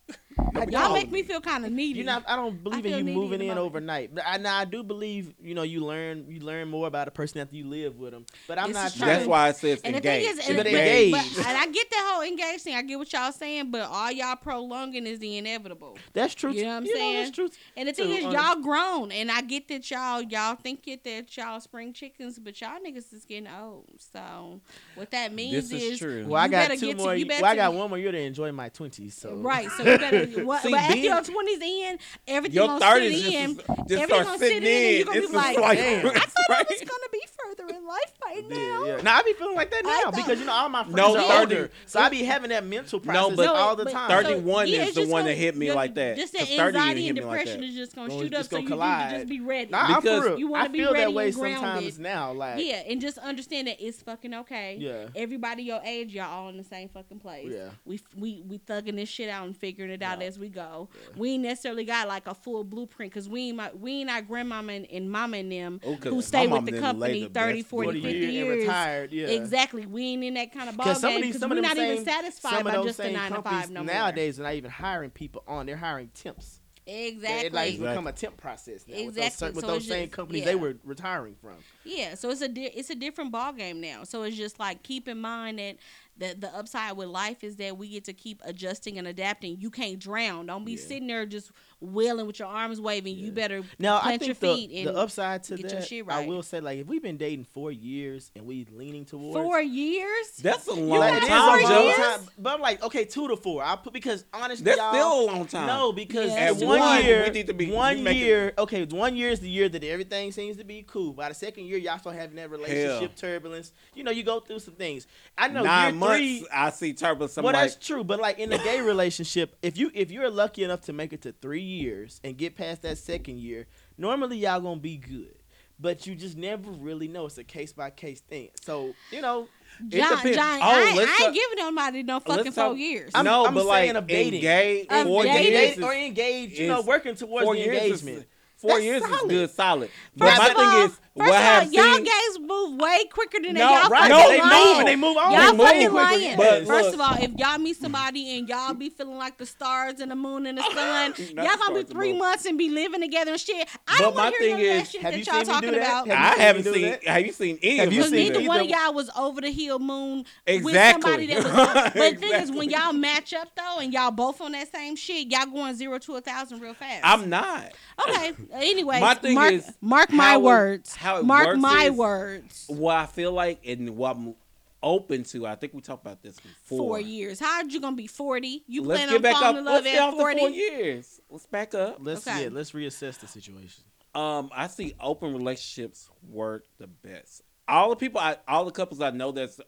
S4: Y'all make me feel kind of needy.
S3: You not. I don't believe
S4: feel
S3: in you
S4: needy
S3: moving
S4: in
S3: in
S4: the moment.
S3: overnight. But I, now I do believe you know you learn you learn more about a person after you live with them. But I'm
S4: This
S3: not
S4: is true.
S6: That's
S3: trying.
S6: why I said it's
S4: and the
S6: engaged.
S4: thing is, and,
S3: But
S4: but,
S3: engaged.
S4: but- and I get that whole engaged thing. I get what y'all saying, but all y'all prolonging is the inevitable.
S3: That's true.
S4: You know what I'm
S3: that's
S4: saying?
S3: true.
S4: And the thing
S3: Too,
S4: is,
S3: on-
S4: y'all grown, and I get that y'all y'all think it that y'all spring chickens, but y'all niggas is getting old. So what that means
S6: this is, true.
S3: Well, I
S4: You
S3: got
S4: better
S3: two
S4: get to-
S3: more.
S4: you
S3: ye-
S4: better
S3: well, I
S4: to-
S3: got one more year to enjoy my twenties. So
S4: Right, so you better. What,
S6: See,
S4: but after
S6: being-
S4: your twenties in, everything
S6: Your
S4: gonna
S6: thirties
S4: sit in.
S6: just, just
S4: everything
S6: start
S4: gonna
S6: sitting
S4: sit in, and
S6: in.
S4: you gonna
S6: It's
S4: be like,
S6: just like,
S3: damn, I
S4: I thought I was
S6: right?
S4: gonna be further in life by
S3: Yeah,
S4: now.
S3: yeah. Now I be feeling like that
S4: I
S3: now
S4: thought-
S3: because you know all my friends
S6: No,
S3: are
S6: 30.
S3: older, so I be having that mental
S6: No,
S3: process
S6: but-
S3: all the
S4: but-
S3: time.
S4: so,
S6: 31 is
S4: it's
S6: the
S4: just
S6: one
S4: gonna-
S6: that hit me
S4: your-
S6: like that.
S4: Just
S6: The
S4: that
S6: 30 didn't
S4: anxiety
S6: hit
S4: and
S6: me like
S4: depression
S6: that.
S4: is just gonna
S3: Gonna-
S4: shoot
S3: it's
S4: up, so
S3: gonna
S4: you need to
S3: collide.
S4: just be ready.
S3: Nah, I'm
S6: Because
S3: for real.
S4: you wanna
S3: I
S4: be
S3: feel
S4: ready
S3: that
S4: and
S3: way
S4: grounded.
S3: sometimes now. Like
S4: yeah, and just understand that it's fucking okay.
S3: Yeah.
S4: Everybody your age, y'all all in the same fucking place.
S3: Yeah.
S4: We we we thugging this shit out and figuring it out
S3: Yeah.
S4: as we go. We ain't necessarily got like a full blueprint because we ain't my, we ain't our grandmama and, and mama and them
S6: Oh, 'cause
S4: who
S6: my
S4: stay with the
S6: mama done laid
S4: company
S6: the
S4: 30,
S6: best
S4: 40,
S6: 40
S4: 50
S3: years
S4: years.
S3: and retired, yeah.
S4: Exactly. We ain't in that kind of ball
S3: Because some of
S4: game
S3: these,
S4: because
S3: some
S4: we're
S3: of them
S4: not
S3: same,
S4: even satisfied
S3: some of
S4: by
S3: those
S4: just a
S3: same
S4: nine to
S3: companies
S4: five no more.
S3: nowadays are not even hiring people on. They're hiring temps.
S4: Exactly.
S3: They- It like
S6: Exactly.
S3: become a temp process now with those,
S4: Exactly.
S3: cer- with
S4: So
S3: those
S4: it's
S3: same
S4: just-
S3: companies
S4: yeah.
S3: they were retiring from.
S4: Yeah, so it's a di- it's a different ball game now. So it's just like keep in mind that the the upside with life is that we get to keep adjusting and adapting. You can't drown. Don't be
S3: Yeah.
S4: sitting there just wailing with your arms waving.
S3: Yeah.
S4: You better
S3: Now I
S4: plant
S3: think
S4: your
S3: the,
S4: feet and
S3: the upside to
S4: get your
S3: that,
S4: shit
S3: I
S4: right.
S3: will say, like if we've been dating four years and we leaning towards
S4: four years.
S6: That's a long
S3: like, it is a
S6: time,
S3: long
S6: Joe.
S3: time, but I'm like, okay, two to four. I put because honestly,
S6: That's
S3: y'all,
S6: still a long time.
S3: No, because
S4: Yeah,
S3: at
S4: it's
S3: one,
S4: one.
S3: year,
S6: We need to be- we
S3: one
S6: make it-
S3: year, okay, one year is the year that everything seems to be cool. By the second year, y'all start having that relationship
S6: Hell.
S3: turbulence. You know, you go through some things. I know
S6: Nine
S3: year
S6: months,
S3: three.
S6: I see turbulence. I'm
S3: well,
S6: like,
S3: that's true, but like in a gay relationship, if you if you're lucky enough to make it to three years and get past that second year, normally y'all gonna be good. But you just never really know. It's a case by case thing. So you know,
S4: John,
S6: depends.
S4: John,
S6: Oh,
S4: I,
S6: let's
S4: I
S6: talk- Oh,
S4: ain't giving nobody no
S6: let's
S4: fucking
S6: talk-
S4: four years.
S3: I'm-
S6: no, but
S3: saying
S6: like
S3: of dating.
S6: engaged,
S4: Of
S6: four
S4: dating.
S6: years
S3: engaged
S6: is
S3: or engaged, you
S6: is-
S3: know, working towards
S6: four
S3: the
S6: years is-
S3: engagement.
S6: Four
S3: That's
S6: years is
S3: solid.
S6: good, solid. But
S4: First
S6: my
S4: of all,
S6: thing is,
S4: first
S6: what
S4: of all,
S6: I've
S4: y'all
S6: seen,
S4: guys move way quicker than
S6: No,
S4: that. Y'all
S6: right.
S4: fucking
S6: No, they
S4: lying.
S6: move and they
S3: move on.
S4: Y'all
S6: They move
S4: fucking
S6: quicker.
S4: lying.
S6: But
S4: First
S6: look-
S4: of all, if y'all meet somebody and y'all be feeling like the stars and the moon and the sun, y'all
S6: Not the
S4: gonna be
S6: stars, the
S4: three
S6: moon.
S4: months and be living together and shit. I
S6: But
S4: don't
S6: my
S4: want to hear
S6: thing
S4: none of that
S6: is,
S4: shit
S3: have
S4: that
S3: you
S4: y'all
S3: seen me do
S4: talking
S3: that?
S4: about.
S3: Have
S6: I
S3: you seen
S6: haven't
S3: me do
S6: seen.
S3: that?
S6: Have you seen any
S3: Have
S6: of
S3: you
S4: Because
S6: them?
S3: seen
S4: neither
S3: either
S4: one of
S3: one.
S4: y'all was over the hill moon with
S6: Exactly.
S4: somebody that was. But the thing is, when
S6: Exactly.
S4: y'all match up though, and y'all both on that same shit, y'all going zero to a thousand real fast.
S6: I'm not.
S4: Okay. Anyway,
S6: My thing
S4: mark,
S6: is
S4: mark my
S6: how it-
S4: words.
S6: how it
S4: mark
S6: works
S4: my
S6: is
S4: words.
S6: What I feel like and what I'm open to. I think we talked about this before.
S4: Four years. How are you gonna be forty? You
S6: Let's
S4: plan
S6: get
S4: on
S6: back
S4: falling
S6: up.
S4: in love
S6: Let's get
S4: at
S6: off the four
S4: forty?
S6: years. Let's back up.
S3: Let's
S4: Okay.
S3: yeah, let's reassess the situation.
S6: Um, I see open relationships work the best. All the people, I, all the couples I know that's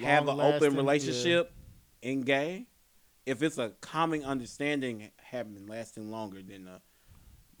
S6: have an
S3: Long-lasting,
S6: open
S3: yeah.
S6: relationship in gay, if it's a common understanding, have been lasting longer than a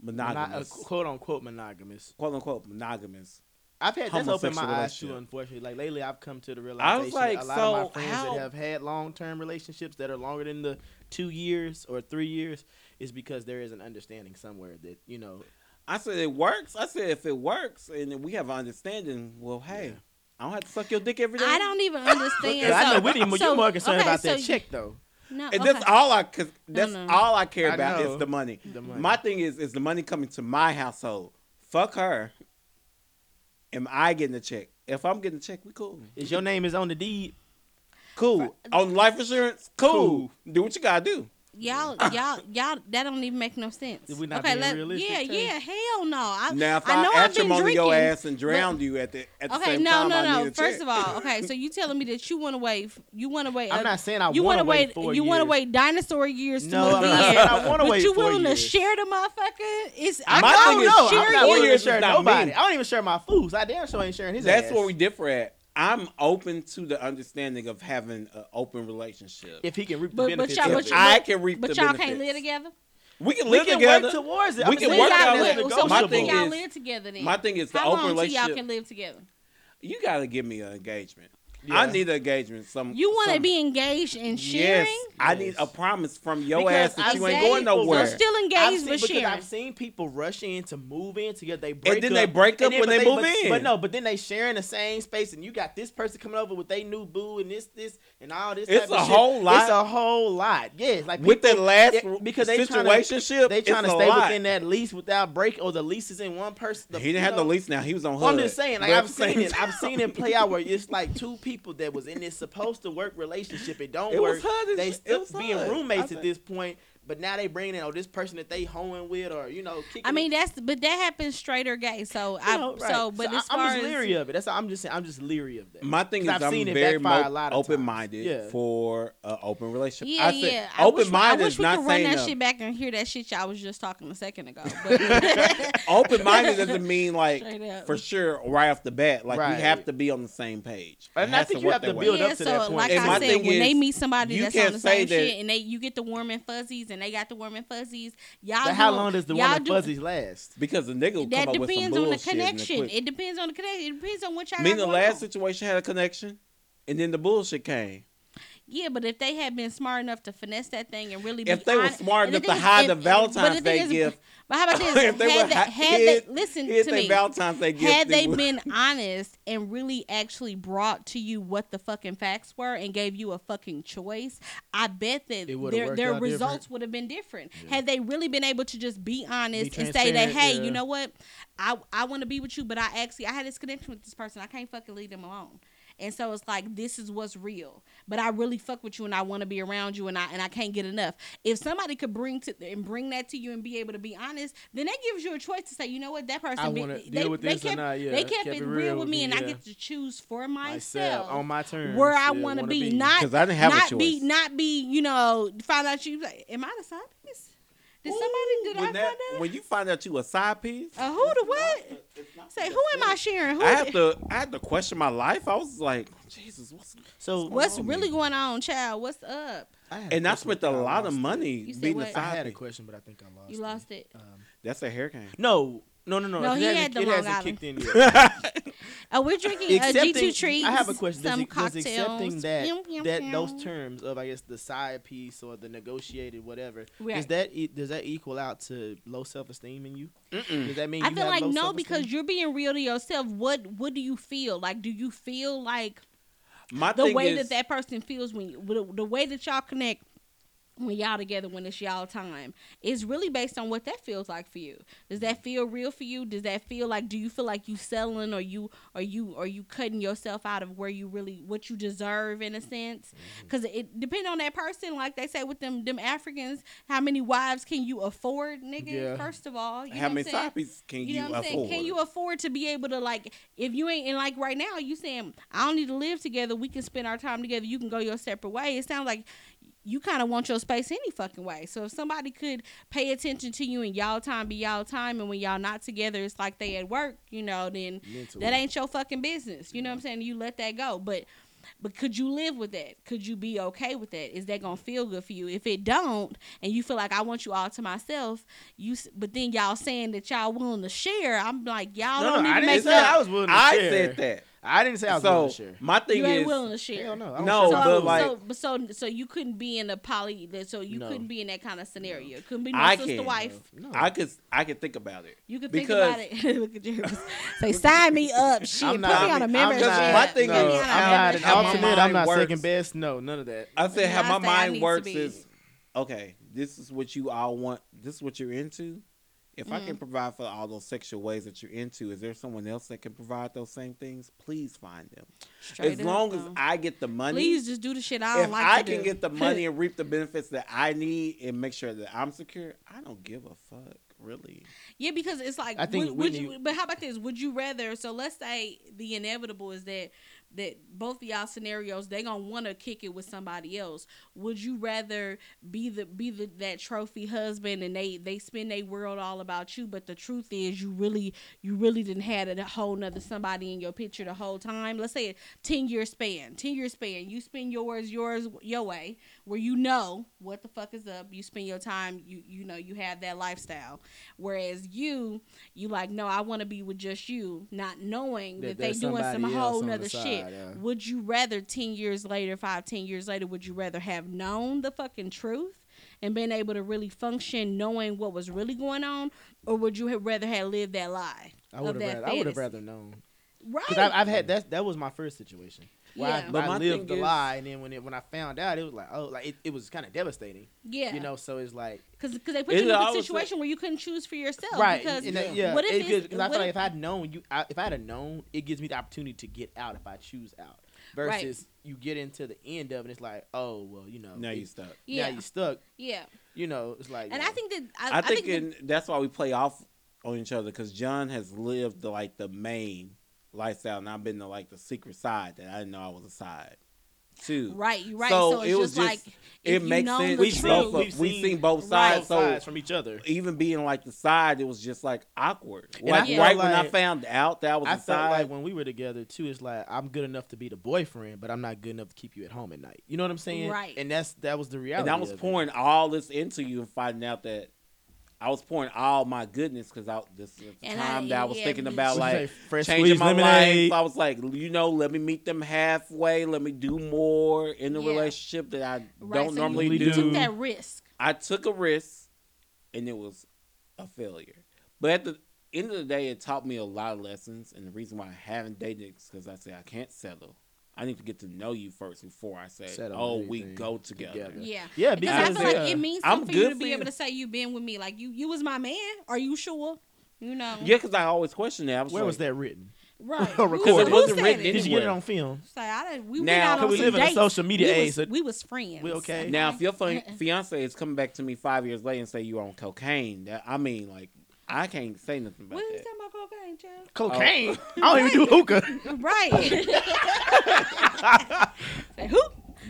S3: Not a
S6: monogamous,
S3: uh, quote unquote monogamous.
S6: quote unquote monogamous.
S3: I've had that's opened my
S6: Homosexual
S3: eyes to
S6: relationship.
S3: unfortunately. Like lately, I've come to the
S6: I
S3: realization
S6: was like,
S3: a lot of
S6: so
S3: my friends
S6: how-
S3: that have had long term relationships that are longer than the two years or three years is because there is an understanding somewhere that you know.
S6: I said it works. I said if it works and then we have an understanding, well, hey, I don't have to suck your dick every day.
S4: I don't even understand.
S3: I know
S4: So- uh,
S3: Whitney,
S4: so-
S3: you're more concerned
S4: okay,
S3: about
S4: so
S3: that check though.
S4: No,
S6: And
S4: okay.
S6: that's all I cause that's
S4: no.
S6: all I care
S3: I
S6: about
S3: know.
S6: is the money.
S3: The money.
S6: My thing is is the money coming to my household. Fuck her. Am I getting a check? If I'm getting a check, we cool.
S3: Is your name is on the deed?
S6: Cool. On life insurance, cool. Do what you gotta do.
S4: y'all, y'all, y'all. That don't even make no sense.
S3: Did we not being realistic,
S4: yeah,
S3: too?
S4: yeah, hell no. I,
S6: Now if
S4: Uh, I
S6: I,
S4: know I've been
S6: atrimony your
S4: drinking,
S6: ass and drowned you at the at the
S4: Okay,
S6: same
S4: no,
S6: time,
S4: no,
S6: I
S4: no.
S6: need a
S4: First
S6: check.
S4: of all, okay, so you telling me that you want to wait? You want to wait?
S3: I'm
S4: uh,
S3: not saying I
S4: you
S3: wanna
S4: wanna
S3: wait four
S4: You want to
S3: years.
S4: wait dinosaur years to
S3: No,
S4: move
S3: I'm
S4: in?
S3: not saying I wanna
S4: but
S3: wait
S4: you
S3: four
S4: willing to
S3: years.
S4: share the motherfucker? It's
S6: My
S4: I
S6: thing
S4: don't
S6: is,
S4: know.
S6: I'm
S4: share
S6: not
S4: you.
S6: willing
S3: willing
S6: yours
S3: to
S6: is
S3: share
S6: not
S3: nobody.
S6: me.
S3: I don't even share my foods. I damn sure ain't sharing his.
S6: That's
S3: ass.
S6: where we differ at. I'm open to the understanding of having an open relationship.
S3: If he can reap the
S4: But- but
S3: benefits,
S4: y'all-
S3: of
S4: but
S3: it.
S4: y'all-
S6: I can reap
S4: But
S6: the
S4: y'all
S6: benefits.
S4: can't live together.
S6: We can
S3: we
S6: live
S3: can
S6: together.
S3: work towards it.
S6: We
S3: I'm
S6: can
S3: saying
S6: work
S3: y'all
S6: out
S3: live-
S6: that.
S4: So
S6: My
S4: when
S6: thing
S4: can y'all
S6: is-
S4: live together then?
S6: my thing is the
S4: How
S6: open
S4: long till y'all
S6: relationship-
S4: can live together?
S6: You gotta give me an engagement. I need an engagement. Some
S4: You want to
S6: some-
S4: be engaged and sharing?
S6: Yes, I need a promise from your
S3: Because
S6: ass that you
S3: I've
S6: ain't
S3: seen
S6: going
S3: people-
S6: nowhere.
S4: So still
S3: I've
S4: engaged
S3: seen-
S4: but
S3: because
S4: sharing.
S3: I've seen people rush in to move in together. They break
S6: then
S3: up,
S6: they break up
S3: and but
S6: when they move
S3: but-
S6: in.
S3: But no, but then they sharing the same space, and you got this person coming over with they new boo and this, this, and all this.
S6: It's
S3: type
S6: a
S3: of
S6: whole
S3: shit.
S6: lot.
S3: It's a whole lot. Yes, like
S6: With
S3: people-
S6: that last
S3: yeah, because they
S6: situationship,
S3: Trying to, they
S6: it's
S3: trying to
S6: a
S3: stay
S6: lot.
S3: within that lease without break, or the lease is in one person. the-
S6: he didn't
S3: you
S6: have
S3: know.
S6: no lease now. He was on HUD.
S3: Well, I'm just saying, like
S6: But
S3: I've seen it. I've seen it play out where
S6: it
S3: it's like two people that was in this supposed to work relationship. It don't
S6: It
S3: work.
S6: was HUD.
S3: They
S6: It
S3: still
S6: was
S3: being
S6: HUD.
S3: roommates
S6: I
S3: at
S6: think-
S3: this point, but now they bringing in oh this person that they hoeing with or you know. Kicking
S4: I mean,
S3: it,
S4: that's but that happens straight or gay. So I
S3: you know, right.
S4: so but as
S3: I,
S4: far
S3: am just
S4: as
S3: leery of it. That's I'm just saying. I'm just leery of that.
S6: My thing is,
S3: Because
S6: i
S3: I've
S6: am
S3: seen it
S6: very
S3: backfire a
S6: mo-
S3: lot of times.
S6: open-minded
S3: Yeah.
S6: for an open relationship.
S4: yeah,
S6: I said,
S4: yeah, I wish, I
S6: open-minded
S4: wish
S6: is
S4: we
S6: not
S4: could run
S6: saying
S4: that
S6: nothing.
S4: shit back and hear that shit y'all was just talking a second ago. But
S6: open-minded doesn't mean like
S4: Straight up.
S6: for sure right off the bat. Like
S3: Right.
S6: we have to be on the same page. It
S3: And I
S6: has
S3: think you
S6: work
S3: have
S6: that
S3: to
S6: way.
S3: build up
S4: yeah,
S3: to
S4: so
S3: that point.
S4: like
S6: And
S4: I
S6: my
S4: said,
S6: thing
S4: when they
S6: is,
S4: meet somebody
S6: you
S4: that's on
S6: can't
S4: the
S6: say
S4: same
S6: that-
S4: shit and they you get the warm and fuzzies and they got the warm and fuzzies, y'all.
S3: But how
S4: doing-
S3: long does the
S4: y'all
S3: one
S4: doing-
S3: fuzzies last?
S6: because the nigga will come
S4: That
S6: up with some
S4: depends on the
S6: bullshit. and then
S4: connection.
S6: quit.
S4: It depends on the connection. It depends on what y'all.
S6: Me and
S4: got
S6: the
S4: going
S6: last
S4: on.
S6: situation had a connection, and then the bullshit came.
S4: Yeah, but if they had been smart enough to finesse that thing and really,
S6: If
S4: be
S6: they were
S4: honest-
S6: smart
S4: and the
S6: enough to
S4: thing is-
S6: hide the
S4: and- and- but
S6: Valentine's
S4: the thing
S6: Day
S4: is-
S6: gift,
S4: But how about this?
S6: if they
S4: had
S6: were
S4: they,
S6: hi-
S4: had
S6: hid-
S4: they, listen
S6: hid
S4: to
S6: their
S4: me.
S6: Valentine's Day gift,
S4: had they
S6: would-
S4: been honest and really actually brought to you what the fucking facts were and gave you a fucking choice, I bet that
S3: It would've
S4: their
S3: worked
S4: their
S3: out
S4: results
S3: different.
S4: would have been different. Had they really been able to just be honest and say that,
S3: transparent,
S4: hey,
S3: yeah.
S4: you know what, I I want to be with you, but I actually I had this connection with this person. I can't fucking leave them alone. And so it's like this is what's real, but I really fuck with you and I want to be around you and I and I can't get enough. If somebody could bring to and bring that to you and be able to be honest, then that gives you a choice to say, you know what, that person
S3: I
S4: be-
S3: wanna
S4: they,
S3: deal with
S4: they
S3: this or
S4: kept,
S3: not, yeah.
S4: They kept,
S3: Kept
S4: it
S3: it
S4: real,
S3: real
S4: with
S3: with
S4: me,
S3: me,
S4: and I
S3: yeah.
S4: get to choose for myself,
S3: Myself on my terms.
S4: where I
S3: yeah,
S4: want to
S3: wanna
S4: be, not
S6: 'Cause I didn't have a
S4: not
S6: choice.
S4: be not be you know find out you like, am I the side piece? Did
S6: Ooh,
S4: somebody
S6: when
S4: did I
S6: that-
S4: find out?
S6: when you find out you a side piece?
S4: Uh, who the what? Say who am I sharing? Who
S6: I
S4: the-
S6: have to I had to question my life. I was like, Jesus, what's
S3: So
S4: What's
S6: on,
S4: really
S6: man?
S4: going on, child? What's up?
S3: I had a
S6: and I
S3: question,
S6: spent
S3: but
S6: a
S3: I
S6: lot of
S3: lost it.
S6: money
S4: You said
S6: being a
S4: what?
S3: I
S6: side
S3: had a
S6: piece.
S3: question, but I think I lost.
S4: You lost it.
S3: Um,
S6: That's a hair cane.
S3: no, no, no, no.
S4: No,
S3: it
S4: he
S3: hasn't-
S4: had the
S3: it
S4: Long
S3: hasn't
S4: Island.
S3: kicked in yet.
S4: Oh, we're drinking uh,
S3: accepting,
S4: G2 treats.
S3: I have a question. Does,
S4: Some
S3: it, does
S4: cocktails.
S3: accepting that
S4: Yum, yum,
S3: that
S4: yum.
S3: those terms of I guess the side piece or the negotiated whatever does
S4: Right.
S3: that e- does that equal out to low self esteem in you? Does that mean
S4: I
S3: you
S4: feel
S3: have
S4: like
S3: low
S4: no,
S3: self-esteem?
S4: because you're being real to yourself. What What do you feel like? Do you feel like
S6: My
S4: the
S6: thing
S4: way that
S6: is,
S4: that person feels when you, the, the way that y'all connect when y'all together when it's y'all time is really based on what that feels like for you does that feel real for you does that feel like do you feel like you selling or you or you or you cutting yourself out of where you really what you deserve in a sense
S6: Mm-hmm.
S4: because it depend on that person like they say with them them africans how many wives can you afford nigga
S3: Yeah.
S4: first of all you know
S6: how
S4: what I'm
S6: many
S4: saying?
S6: side pieces can you,
S4: You know what I'm
S6: afford?
S4: saying? Can you afford to be able to like if you ain't and like right now you saying I don't need to live together, we can spend our time together, you can go your separate way. It sounds like you kind of want your space any fucking way. So if somebody could pay attention to you and y'all time be y'all time and when y'all not together it's like they at work, you know, then
S3: Mentally.
S4: that ain't your fucking business. You know what I'm saying? You let that go. But but could you live with that? Could you be okay with that? Is that gonna feel good for you? If it don't, and you feel like I want you all to myself, you. s- But then y'all saying that y'all willing to share. I'm like y'all
S3: No,
S4: don't
S3: no,
S4: need
S3: I
S4: to
S3: didn't
S4: make
S3: say
S4: it up.
S3: I was willing to
S6: I
S3: share.
S6: said that.
S3: I didn't say I was willing
S6: So
S3: to share.
S6: my thing
S4: you ain't
S6: is,
S4: willing to share.
S3: Hell no, I don't
S6: no,
S3: share my
S6: but
S3: feelings.
S6: like
S4: so, so so you couldn't be in a poly. that- So you
S3: No.
S4: couldn't be in that kind of scenario. Couldn't be no
S6: I
S4: sister
S6: can.
S4: wife.
S3: no,
S6: I could I could think about it.
S4: You could
S6: Because-
S4: think about it. Look at Jeremy. Say sign me up. Shit,
S3: I'm
S4: put
S3: not-
S4: me on a
S3: I'm
S4: membership.
S6: not- my thing
S4: Put
S3: no,
S4: me
S6: is-
S4: on a
S6: Yeah,
S3: I'm not an
S4: membership.
S6: how my
S3: alternate. I'm
S6: mind
S3: not
S6: works.
S3: second best. No, none of that.
S6: I said
S4: Yeah,
S6: how
S4: I
S6: my
S4: say I need
S6: mind
S4: to
S6: works
S4: be-
S6: is okay, this is what you all want, this is what you're into. If I
S4: Mm-hmm.
S6: can provide for all those sexual ways that you're into, is there someone else that can provide those same things? Please find them.
S4: Straight
S6: as
S4: up,
S6: long as
S4: though.
S6: I get the money,
S4: Please just do the shit I don't
S6: if
S4: like.
S6: I
S4: to
S6: can
S4: do.
S6: get the money and reap the benefits that I need and make sure that I'm secure, I don't give a fuck, really.
S4: Yeah, because it's like
S3: I think
S4: would, would
S3: Whitney-
S4: you but how about this? Would you rather so let's say the inevitable is that that both of y'all scenarios they gonna wanna kick it with somebody else. Would you rather be the be the that trophy husband and they they spin their world all about you, but the truth is you really you really didn't had a whole nother somebody in your picture the whole time. Let's say a ten year span. Ten year span. You spend yours, yours your way, where you know what the fuck is up. You spend your time, you you know, you have that lifestyle. Whereas you, you like, no, I want to be with just you, not knowing that,
S3: That
S4: they
S3: there's
S4: doing some
S3: somebody else
S4: whole
S3: on the
S4: nother
S3: side,
S4: shit. shit.
S3: yeah.
S4: Would you rather ten years later, five, ten years later, would you rather have known the fucking truth and been able to really function knowing what was really going on, or would you have rather have lived that lie?
S3: I would
S4: of
S3: have
S4: that
S3: rather, I would have
S4: fantasy?
S3: rather known because
S4: Right.
S3: I've, I've had that. That was my first situation. Where
S4: Yeah.
S3: I,
S6: But
S3: I
S6: my
S3: lived the
S6: thing is-
S3: lie, and then when it, when I found out, it was like oh, like it, it was kind of devastating.
S4: yeah.
S3: You know, so it's like
S4: Because they put
S6: Is
S4: you
S6: it
S4: in a
S6: always
S4: situation where you couldn't choose for yourself.
S3: right.
S4: Because
S3: and that-
S4: what if
S3: it
S4: it's,
S3: gives- 'cause I
S4: what
S3: feel like
S4: if-
S3: if I'd known you, I, if I'd have known, it gives me the opportunity to get out if I choose out.
S4: Right.
S3: Versus you get into the end of it, it's like oh well, you know
S6: Now you
S3: it-
S6: stuck.
S4: Yeah.
S3: Now you stuck.
S4: yeah.
S3: You know, it's like
S4: And
S3: you
S4: I
S3: know,
S4: think that I,
S6: I think,
S4: that-
S6: in, that's why we play off on each other because John has lived the, like the main lifestyle, and I've been to like the secret side that I didn't know I was a side too.
S4: right, you're right. So,
S6: So
S4: it's
S6: it was
S4: just like
S6: just-
S4: if
S6: It
S4: you
S6: makes
S4: know The
S6: sense. We've
S3: We've
S4: truth,
S6: seen,
S3: seen-
S6: we've,
S3: we've
S6: we've
S3: seen
S6: seen both
S3: both
S6: sides. So
S3: sides from each other.
S6: even being like the side, it was just like awkward.
S3: And I
S6: like
S4: felt
S6: right when I
S3: like-
S6: found out that I was
S3: I
S6: a
S3: felt
S6: side,
S3: like when we were together too, it's like I'm good enough to be the boyfriend, but I'm not good enough to keep you at home at night. You know what I'm saying?
S4: Right.
S3: And that's that was the reality.
S6: and I was
S3: of it.
S6: pouring all this into you and finding out that I was pouring all my goodness because I this is the
S4: And I-
S6: time that I was
S4: yeah,
S6: thinking
S4: you-
S6: about
S3: What'd you
S6: like
S3: say? fresh
S6: changing
S3: squeezed
S6: my
S3: lemonade.
S6: life. I was like, you know, let me meet them halfway. Let me do more in the
S4: Yeah.
S6: relationship that I
S4: right, so
S6: don't normally
S4: you,
S6: do.
S4: You took that risk.
S6: I took a risk, and it was a failure. But at the end of the day, it taught me a lot of lessons. And the reason why I haven't dated is because I say I can't settle. I need to get to know you first before I say,
S3: Settle
S6: "Oh,
S3: on
S6: we
S3: anything
S6: go together."
S3: together.
S4: Yeah.
S3: Yeah,
S4: Because
S6: I
S4: I
S6: was
S4: feel like
S6: there.
S4: it means
S6: I'm
S4: something for
S6: good
S4: you to
S6: for
S4: be
S6: you.
S4: able to say you've been with me. Like you, you was my man. Are you sure? You know.
S6: Yeah, because I always question that. I was
S3: Where
S6: like,
S3: was that written?
S4: Right.
S3: Recorded.
S4: Who-
S6: It
S4: who
S6: wasn't
S4: said
S6: written
S4: it?
S3: Did you
S6: Anywhere.
S3: get it on film?
S4: It's like, I didn't- we went
S6: Now-
S4: out
S6: Can
S4: on
S6: we
S4: some
S3: live in a
S4: dates.
S3: social media
S4: we
S3: age,
S4: Was,
S3: so-
S4: we was friends.
S3: We okay?
S6: Now, if your fin- fiance is coming back to me five years later and say you're on cocaine, that I mean, like, I can't say nothing about
S4: What are you
S6: that.
S4: talking about cocaine,
S3: Cocaine.
S4: child?
S3: I don't even do hookah.
S4: Right. Say, who?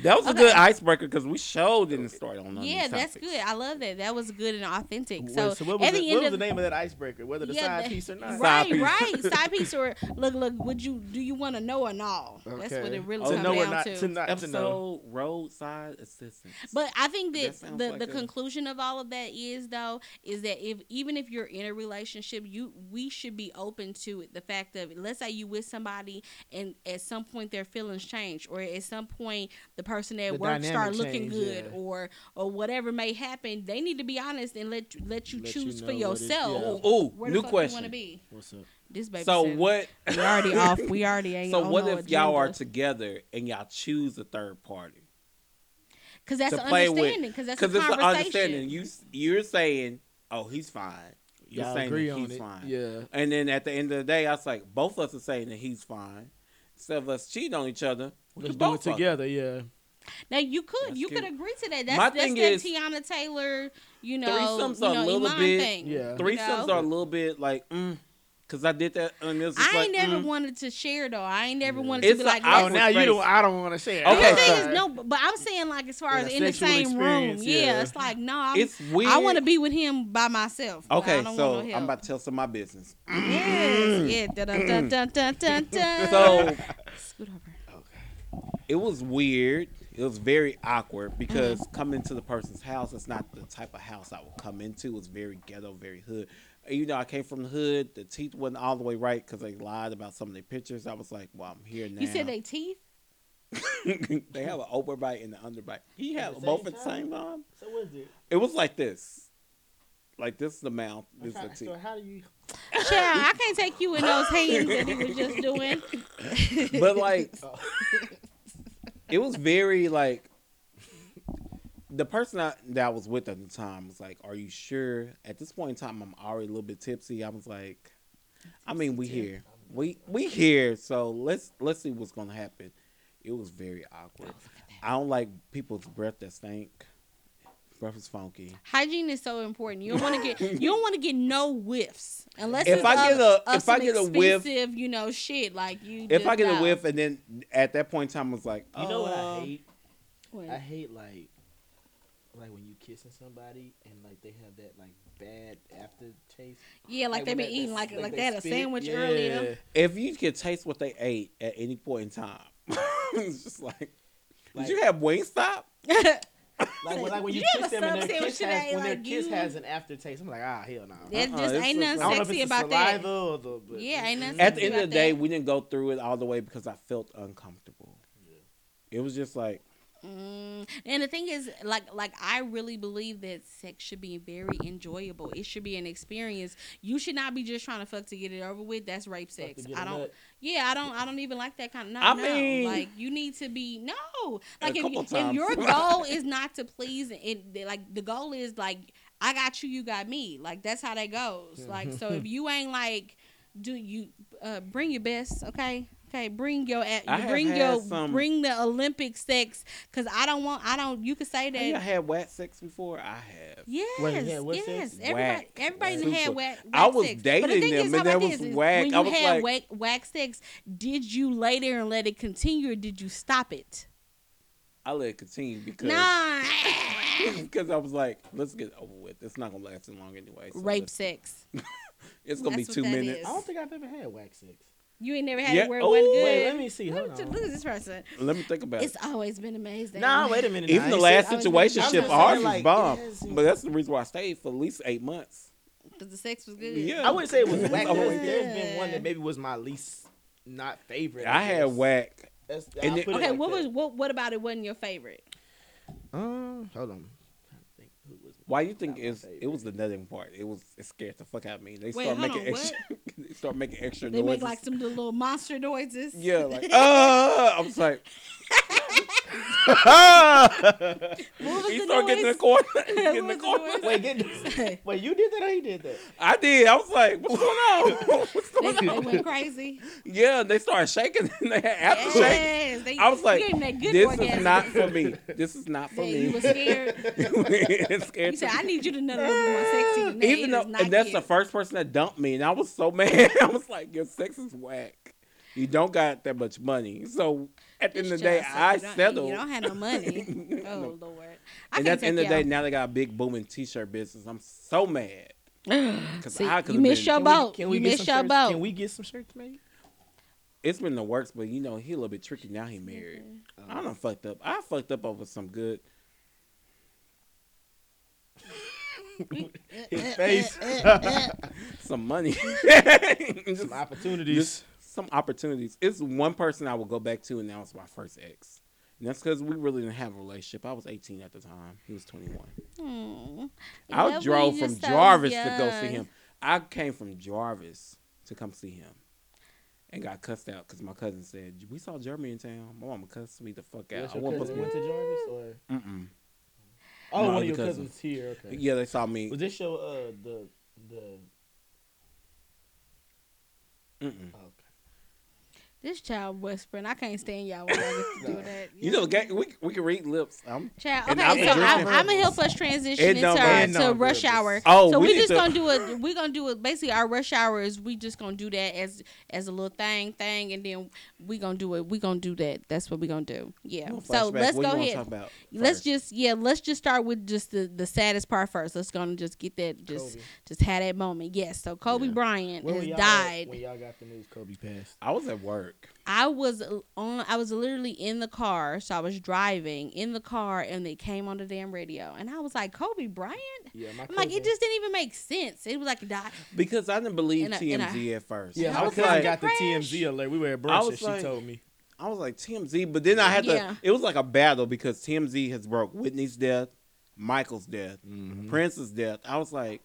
S6: That was a good icebreaker because we showed in the story on none of these
S4: Yeah, that's
S6: topics.
S4: good. I love that. That was good and authentic. So,
S3: Wait, so what was,
S4: at the
S3: the,
S4: end
S3: what was
S4: of
S3: the name of that icebreaker? Whether the
S4: Yeah,
S3: side
S4: the-
S3: piece or not?
S6: Side
S4: Right,
S6: piece.
S4: right. Side piece or look, look. Would you do? You want to know or no? That's what
S3: Okay.
S4: it really
S6: To
S4: comes
S6: know
S3: or
S4: down
S3: not- Oh, to not-
S6: Episode roadside assistance.
S4: But I think
S6: That
S4: that,
S6: sounds
S4: the,
S6: like
S4: the
S6: a-
S4: conclusion of all of that is though is that if even if you're in a relationship, you we should be open to it. The fact of let's say you with somebody and at some point their feelings change, or at some point the person at
S3: The
S4: work start
S3: dynamic
S4: looking
S3: change,
S4: good,
S3: yeah.
S4: or or whatever may happen, they need to be honest and let let you
S3: Let you
S4: choose
S3: know what
S4: for
S3: it-
S4: yourself.
S3: yeah.
S6: oh,
S4: Where the
S6: new
S4: fuck you want to
S6: question.
S4: be?
S3: What's up?
S4: This baby.
S6: So
S4: said-
S6: what?
S4: We already off. We already ain't.
S6: So
S4: on
S6: what
S4: no
S6: if y'all are
S4: agenda.
S6: together and y'all choose a third party?
S4: Cause that's
S6: to
S4: an
S6: play with.
S4: understanding. Cause that's a
S6: Because it's an
S4: conversation.
S6: understanding. You s- you're saying, oh, he's fine. You're
S3: Y'all
S6: saying
S3: agree
S6: that
S3: on
S6: he's
S3: it.
S6: fine.
S3: Yeah.
S6: And then at the end of the day, I was like, both of us are saying that he's fine. Instead of us cheating on each other, we
S3: Let's
S6: could
S3: do
S6: both
S3: it
S6: fuck.
S3: together. Yeah.
S4: now you could
S6: That's
S4: you
S6: good.
S4: could agree to that. That's
S6: My
S4: that's
S6: thing
S4: that
S6: is,
S4: Tiana Taylor. You know,
S6: threesomes
S4: you
S6: are a
S4: know,
S6: little
S4: Iman
S6: bit-
S4: thing.
S3: Yeah.
S4: you
S6: Threesomes
S4: know?
S6: are a little bit like, mm, because I did that. And it was just
S4: I ain't
S6: like,
S4: never
S6: mm.
S4: wanted to share though. I ain't never wanted
S6: It's
S4: to
S6: a
S4: be like.
S6: out-
S3: Oh,
S6: Awkward
S4: let's-
S3: now you
S6: space.
S3: don't. I don't want to say. it.
S6: Okay,
S4: the thing
S6: sorry.
S4: is no, but but I'm saying like as far
S3: Yeah,
S4: as in the
S3: sexual
S4: same room.
S3: experience,
S4: Yeah.
S3: yeah.
S4: it's like no, I'm,
S6: It's weird.
S4: I want to be with him by myself. Like, I
S6: Okay,
S4: don't
S6: so
S4: want no help.
S6: I'm about to tell some of my business.
S4: yes, yeah, dun, dun, dun, dun, dun, dun, dun.
S6: So
S4: scoot over.
S6: it was weird. It was very awkward because
S4: Mm-hmm.
S6: coming to the person's house, it's not the type of house I would come into. It's very ghetto, very hood. And, You know, I came from the hood. The teeth wasn't all the way right because they lied about some of their pictures. I was like, well, I'm here now.
S4: You said they teeth.
S6: they have an overbite and an underbite. He had
S3: the
S6: both
S3: same
S6: at the same time.
S3: So what is it?
S6: It was like this. Like this is the mouth, this is the teeth.
S3: how do you?
S4: Child, I can't take you in those hands that he was just doing.
S6: but like it was very like the person I, that I was with at the time was like, "Are you sure?" At this point in time, I'm already a little bit tipsy. I was like, "I mean, we here, we we here, so let's let's see what's gonna happen." It was very awkward. I don't like people's breath that stink. Breath is funky.
S4: Hygiene is so important. You don't want to get you don't want to get no whiffs unless
S6: If
S4: it's
S6: I
S4: of-
S6: get a-
S4: of
S6: if I
S4: some
S6: get a whiff-
S4: expensive, you know, shit like you.
S6: If I
S4: just
S6: get a
S4: know.
S6: whiff, and then at that point in time, I was like,
S3: You know what
S6: "Oh,
S3: I hate?
S4: Wait.
S3: I hate like like when you kissing somebody and like they have that like bad aftertaste.
S4: yeah, like, they
S3: when
S4: been
S3: that-
S4: eating like like
S3: they
S4: they had a
S3: spit.
S4: sandwich
S3: Yeah.
S4: earlier.
S6: if you could taste what they ate at any point in time, it's just like,
S3: Like-
S6: did you have Wingstop?
S3: Like when, like when you,
S4: You
S3: kiss
S4: have a
S3: them and their
S4: sandwich
S3: kiss has,
S4: today,
S3: when their
S4: like,
S3: kiss
S4: you-
S3: has an aftertaste, I'm like, ah, hell no.
S4: That
S6: Uh-uh,
S4: just
S6: it's
S4: ain't nothing
S6: just like-
S3: I don't know if
S4: sexy
S3: it's the
S4: about
S3: saliva
S4: that.
S3: or the. But,
S4: Yeah, ain't nothing.
S6: At the end of
S4: about
S6: the day,
S4: Mm-hmm. that.
S6: we didn't go through it all the way because I felt uncomfortable. It was just like
S4: Mm, and the thing is, like, like I really believe that sex should be very enjoyable. It should be an experience. You should not be just trying to fuck to get it over with. That's rape
S3: Fuck to
S4: sex.
S3: get
S4: I
S3: a
S4: don't.
S3: nut.
S4: Yeah, I don't. I don't even like that kind of. No,
S6: I
S4: no.
S6: mean-
S4: like you need to be no.
S6: A
S4: Like if,
S6: couple
S4: you- if
S6: times.
S4: your goal is not to please, and like the goal is like I got you, you got me. Like that's how that goes. Like so, if you ain't like, do you uh, bring your best? Okay, okay, bring your a-
S6: I have
S4: bring
S6: had
S4: your
S6: some-
S4: bring the Olympic sex because I don't want I don't. You could say
S6: have y'all
S4: that.
S6: had whack sex before? I have.
S4: Yes,
S3: Wait, you had what
S4: yes.
S3: sex?
S4: Everybody,
S6: Whack.
S4: everybody done
S6: Super.
S4: had whack,
S6: I
S4: whack
S6: was
S4: sex. but the
S6: dating
S4: thing
S6: them,
S4: is,
S6: and
S4: how
S6: that
S4: about
S6: was
S4: this is
S6: whack.
S4: When
S6: I
S4: you
S6: was
S4: had
S6: like-
S4: whack, whack sex, did you later and let it continue, or did you stop it?
S6: I let it continue because
S4: Nah,
S6: because I was like, let's get it over with. It's not gonna last too long anyway. so
S4: rape
S6: let's-
S4: sex.
S6: It's gonna be
S4: That's what that
S6: two minutes.
S4: is.
S3: I don't think I've ever had wax sex.
S4: You ain't never had
S6: Yeah,
S4: it where it
S6: oh,
S4: wasn't good.
S3: Wait, let me see.
S4: Look,
S3: Hold
S4: at-
S3: on.
S4: look at this person.
S6: Let me think about
S4: It's
S6: it.
S4: always been amazing.
S3: Nah, wait a minute.
S6: Even
S3: nah,
S6: the
S3: it
S6: last
S4: I was gonna say,
S6: situationship,
S4: like,
S6: ours was
S3: it
S6: bomb.
S3: has-
S6: But that's the reason why I stayed for at least eight months.
S4: Because the sex was good.
S6: Yeah.
S3: I wouldn't say it was whack.
S6: Oh,
S3: There's,
S6: yeah.
S3: there's been one that maybe was my least not favorite.
S6: I had
S3: guess.
S6: whack.
S3: That's,
S6: and
S3: I'll
S6: it-
S3: put it
S4: Okay,
S3: like
S4: what
S3: that.
S4: was what? What about it wasn't your favorite?
S3: Um, hold on. I'm trying to think who was-
S6: Why you think
S3: Not my
S6: it's it was the nutting part? It was it scared the fuck out of me. They
S4: Wait,
S6: start
S4: hold
S6: making
S4: on, what?
S6: extra. they start making extra
S4: They
S6: noises.
S4: make like some of the little monster noises.
S6: yeah, like uh, I was like,
S4: What was
S6: he
S4: the
S6: started getting in the
S4: noise?
S6: corner, getting in the
S4: What was the
S6: corner.
S4: noise?
S3: Wait, get, wait, you did that or he did that?
S6: I did. I was like, what's going on? What's
S4: They,
S6: going on?
S4: they went crazy.
S6: Yeah, they started shaking and they had aftershake.
S4: Yes, they,
S6: I was
S4: you
S6: like,
S4: gave them that good
S6: this
S4: orgasm.
S6: is not for me. This is not for
S4: Yeah,
S6: me.
S4: you were scared.
S6: It's scared
S4: You said,
S6: to-
S4: I need you to know a little bit more sexy. than that. It
S6: Even
S4: is
S6: though
S4: not
S6: and that's the
S4: cute.
S6: first person that dumped me, and I was so mad. I was like, your sex is whack. You don't got that much money. So at the end of
S4: This
S6: the day,
S4: child said,
S6: I
S4: you don't-
S6: settled.
S4: You don't have no money. Oh lord. I
S6: and
S4: can't
S6: at the end of
S4: take
S6: the day,
S4: y'all.
S6: now they got a big booming t-shirt business. I'm so mad because I could
S4: you
S6: have
S4: missed
S6: been.
S4: your boat. you
S3: get
S4: missed
S3: some
S4: your
S3: shirts?
S4: boat.
S3: Can we get some shirts, maybe?
S6: It's been the works, but you know he a little bit tricky. Now he married. I done fucked up. I fucked up over some good.
S3: His face,
S6: some money, Just
S3: some opportunities.
S6: some opportunities. It's one person I will go back to, and that was my first ex. And that's because we really didn't have a relationship. I was 18 at the time. He was 21.
S4: Mm. Love
S6: I
S4: when
S6: drove
S4: you're
S6: from
S4: so
S6: Jarvis to go see
S4: young.
S6: him. I came from Jarvis to come see him, and got cussed out because my cousin said we saw Jeremy in town. My mama cussed me the fuck out.
S3: Yes,
S6: I
S3: your
S6: wasn't
S3: cousin
S6: supposed
S3: went to Jarvis or
S6: to- Mm-mm.
S3: oh,
S6: No,
S3: one
S6: it was
S3: of your
S6: a cousin.
S3: cousins here. Okay.
S6: Yeah, they saw me.
S3: Was this your uh the the
S6: Mm-mm.
S3: oh, okay.
S4: This child whispering. I can't stand y'all when y'all get to do that.
S6: You know, ga- we we can read lips. I'm
S4: Child,
S6: And
S4: okay,
S6: I'm
S4: so
S6: a
S4: I'm,
S6: drinker.
S4: I'm gonna help us transition
S6: It
S4: into
S6: don't
S4: our,
S6: matter.
S4: to
S3: It don't
S4: rush
S3: matter.
S4: hour.
S6: Oh,
S4: so
S6: we
S4: we,
S6: need
S4: just
S6: to-
S4: gonna do it. We gonna do it. Basically, our rush hour is we just gonna do that as as a little thing thing, and then we gonna do it. We gonna do that. That's what we gonna do. Yeah.
S6: I'm
S4: So
S6: flashback.
S4: let's
S6: What
S4: go
S6: you wanna
S4: ahead.
S6: Talk about
S4: Let's
S6: first?
S4: just yeah. Let's just start with just the the saddest part first. Let's gonna just get that just
S3: Kobe.
S4: just had that moment. Yes. So Kobe
S6: Yeah.
S4: Bryant
S3: Where were
S4: has
S3: y'all
S4: died.
S3: when y'all got the news Kobe passed?
S6: I was at work.
S4: I was on. I was literally in the car, so I was driving in the car, and they came on the damn radio, and I was like, Kobe Bryant.
S3: Yeah, my
S4: I'm like,
S3: cousin-
S4: it just didn't even make sense. It was like, die.
S6: Because I didn't believe
S4: And I-
S6: TMZ
S4: and
S6: at first.
S3: Yeah,
S6: I
S3: my
S6: was
S3: cousin
S6: like,
S3: got the
S4: Fresh.
S3: TMZ alert. We were at
S6: I
S3: brunch and
S6: was like-
S3: she told me.
S6: I was like TMZ, but then I had
S4: Yeah.
S6: to. It was like a battle because TMZ has broke Whitney's death, Michael's death,
S3: Mm-hmm.
S6: Prince's death. I was like,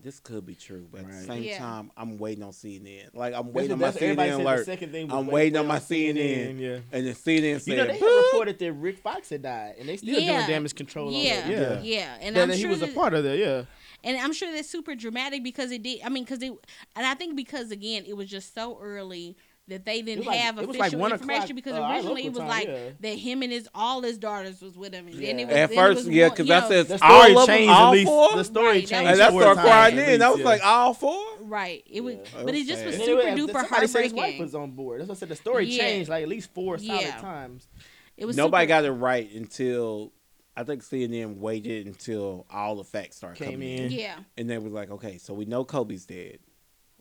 S6: this could be true, but at the
S3: Right.
S6: same
S4: Yeah.
S6: time, I'm waiting on CNN. Like I'm
S3: That's
S6: waiting
S3: what-
S6: on my
S3: that's- everybody
S6: CNN
S3: said the
S6: alert.
S3: second thing was
S6: I'm
S3: wait-
S6: waiting
S3: wait
S6: on my
S3: on
S6: CNN,
S3: CNN, yeah.
S6: and then CNN said,
S3: You know, they
S6: "Boop."
S3: had reported that Rick Fox had died, and they still
S4: Yeah.
S3: doing damage control.
S4: Yeah,
S3: on that.
S4: yeah,
S3: yeah.
S4: And
S3: That,
S4: I'm
S3: that
S4: sure
S3: he was a
S4: that-
S3: part of that. Yeah,
S4: and I'm sure that's super dramatic because it did. I mean, because it, and I think because again, it was just so early that they
S3: It
S4: didn't
S3: was like-
S4: have
S3: it was
S4: official
S3: like 1 o'clock,
S4: information because
S3: uh, our
S4: originally it was
S3: local time,
S4: like
S3: yeah.
S4: that him and his all his daughters was with him, and then
S3: Yeah.
S4: it was
S6: at
S4: then it
S6: first,
S4: was
S6: yeah,
S4: one-
S6: because
S4: you
S6: I
S4: know,
S6: said
S3: the
S6: all
S3: story
S6: of them,
S3: changed at
S6: all
S3: least.
S6: four,
S3: The story
S4: Right, that
S3: changed.
S4: was
S6: and I
S4: four
S6: started
S4: times
S6: crying
S4: at
S6: then. I was like, all four.
S4: right. It was,
S6: Yeah.
S4: but
S6: It
S4: it
S6: was
S4: just was
S3: "Oh,
S6: sad.
S4: super duper
S3: Somebody said his wife
S4: heartbreaking.
S3: was on board. That's what I said. The story
S4: Yeah.
S3: changed like at least four
S4: Yeah.
S3: solid times.
S4: It was
S6: Nobody
S4: super-
S6: got it right until I think CNN waited until all the facts started
S3: Came
S6: coming
S3: in.
S6: in.
S4: Yeah.
S6: and they were like, okay, so we know Kobe's dead.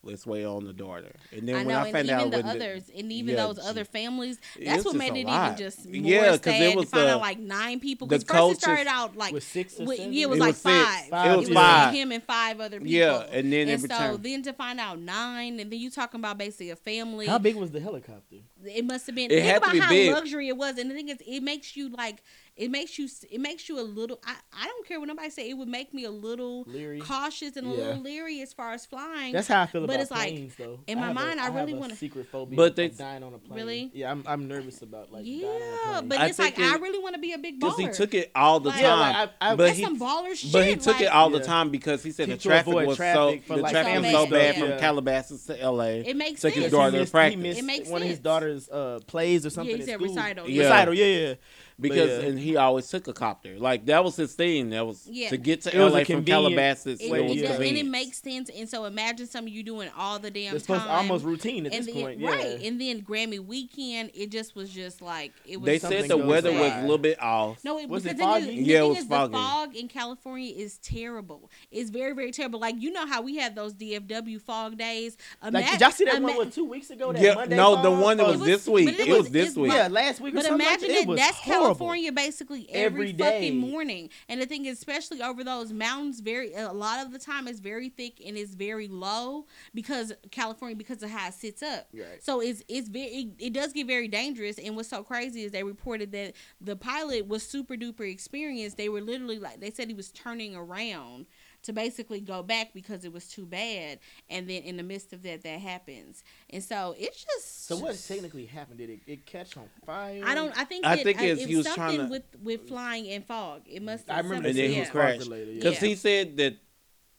S6: let's wait on the daughter. And then
S4: I
S6: when
S4: know,
S6: I
S4: and
S6: found out
S4: even the
S6: when the-
S4: others, and even
S6: yeah,
S4: those
S6: gee.
S4: other families,
S6: It's
S4: that's what
S6: just
S4: made
S6: a
S4: it even
S6: lot.
S4: just more
S6: Yeah, 'cause it
S4: sad to
S6: was
S4: find
S6: the-
S4: out like nine people.
S6: the
S4: Because first it
S6: cultures-
S4: started out like
S3: With six or
S4: with-
S3: seven?
S4: yeah, it was
S6: It
S4: like
S6: was six.
S4: five.
S3: Five
S4: It
S3: It
S4: was
S3: was
S4: like
S6: five.
S4: him and five other people.
S6: Yeah, and then
S4: and
S6: every
S4: so
S6: time-
S4: then to find out nine, and then you talking about basically a family.
S3: How big was the helicopter?
S4: It must have been.
S6: It
S4: think
S6: had to
S4: about
S6: be
S4: how
S6: big.
S4: luxury it was, and the thing is, it makes you like. It makes you. It makes you a little. I, I don't care what nobody say. It would make me a little
S3: Leery.
S4: cautious and a
S3: Yeah.
S4: little leery as far as flying.
S3: That's how I feel
S4: But
S3: about
S4: it's like,
S3: planes, though.
S4: in my
S3: have a-
S4: mind, I
S3: have
S4: really
S3: a
S4: wanna-
S3: secret phobia.
S6: But
S3: of
S6: they-
S3: dying on a plane.
S4: Really?
S3: Yeah, I'm, I'm nervous about like. dying on a
S4: yeah,
S3: plane.
S4: but
S6: I
S4: it's like
S6: think
S4: I
S6: it-
S4: really want to be a big baller.
S6: Because he took it all the
S4: Like-
S6: time.
S4: Yeah,
S3: like, I- I-
S6: but
S4: That's
S6: he,
S4: some baller shit.
S6: but he took
S4: like,
S6: it all the
S3: Yeah.
S6: time because he said
S3: To-
S6: the
S3: to
S6: traffic
S3: avoid
S6: was
S3: traffic
S6: so
S3: for,
S6: the
S3: like,
S6: traffic was
S4: so bad.
S6: so bad from
S3: Yeah.
S6: Calabasas to L.A.
S4: It makes sense.
S6: took his
S3: Because
S6: daughter
S3: he
S6: to
S3: missed,
S6: practice.
S3: He missed
S4: It makes
S3: one of his
S4: sense.
S3: daughter's uh, plays or something.
S4: he
S3: at
S4: said
S3: school.
S4: recital,
S6: yeah.
S3: Recital, yeah, yeah.
S6: because
S3: But, yeah.
S6: and he always took a copter. Like that was his thing. That was
S4: Yeah.
S6: to get to
S3: It was
S6: L.A.
S3: a
S6: from
S3: convenient
S6: Calabasas.
S4: It,
S6: where
S3: way
S6: it
S4: it
S6: was
S3: to
S4: does, and it
S6: convenient.
S4: makes sense. And so imagine something you doing all the damn
S3: It's
S4: time.
S3: supposed to almost routine at
S4: and
S3: this
S4: then-
S3: point.
S4: Right.
S3: Yeah.
S4: And then Grammy weekend, it just was just like it was.
S6: They
S4: something
S6: said the
S3: goes
S6: weather was
S4: bad.
S6: a little bit off.
S4: No, it
S3: Was it
S4: because the thing
S3: foggy?
S4: is- the
S6: Yeah, it
S4: thing
S6: was
S4: is
S6: foggy.
S4: the fog in California is terrible. It's very, very terrible. Like you know how we had those DFW fog days.
S3: Like,
S4: Ima-
S3: did y'all see that
S4: ima-
S3: one what, two weeks ago? That
S6: Yeah,
S3: Monday
S6: no, the
S3: fog?
S6: one that
S3: Oh,
S6: was,
S4: It was-
S6: this week.
S4: but it
S6: It,
S4: was-
S6: was this
S4: it's
S6: week.
S4: like-
S3: Yeah, last week. or
S4: But
S3: something like
S4: imagine
S3: that.
S4: that,
S3: It was
S4: that's
S3: horrible.
S4: California basically every,
S3: Every day.
S4: fucking morning. And the thing is, especially over those mountains, very a lot of the time it's very thick and it's very low because California because of how it sits up.
S3: Right.
S4: So it's it's very it, it does get very dangerous. And what's so crazy is they reported that the pilot was super duper experienced. They were literally like they said he was turning around to basically go back because it was too bad. And then in the midst of that, that happens. And so it's just
S3: So what technically happened? Did it, it catch on fire?
S4: I don't. I think.
S6: I
S4: that,
S6: think
S4: I,
S6: it's-
S4: it
S6: he was
S4: something
S6: trying to-
S4: with with flying and fog. It must.
S3: I remember
S6: And
S4: something-
S6: then
S3: seeing
S6: he
S4: yeah.
S6: was
S3: fog
S6: crashed
S3: related,
S6: because
S4: yeah.
S6: he said that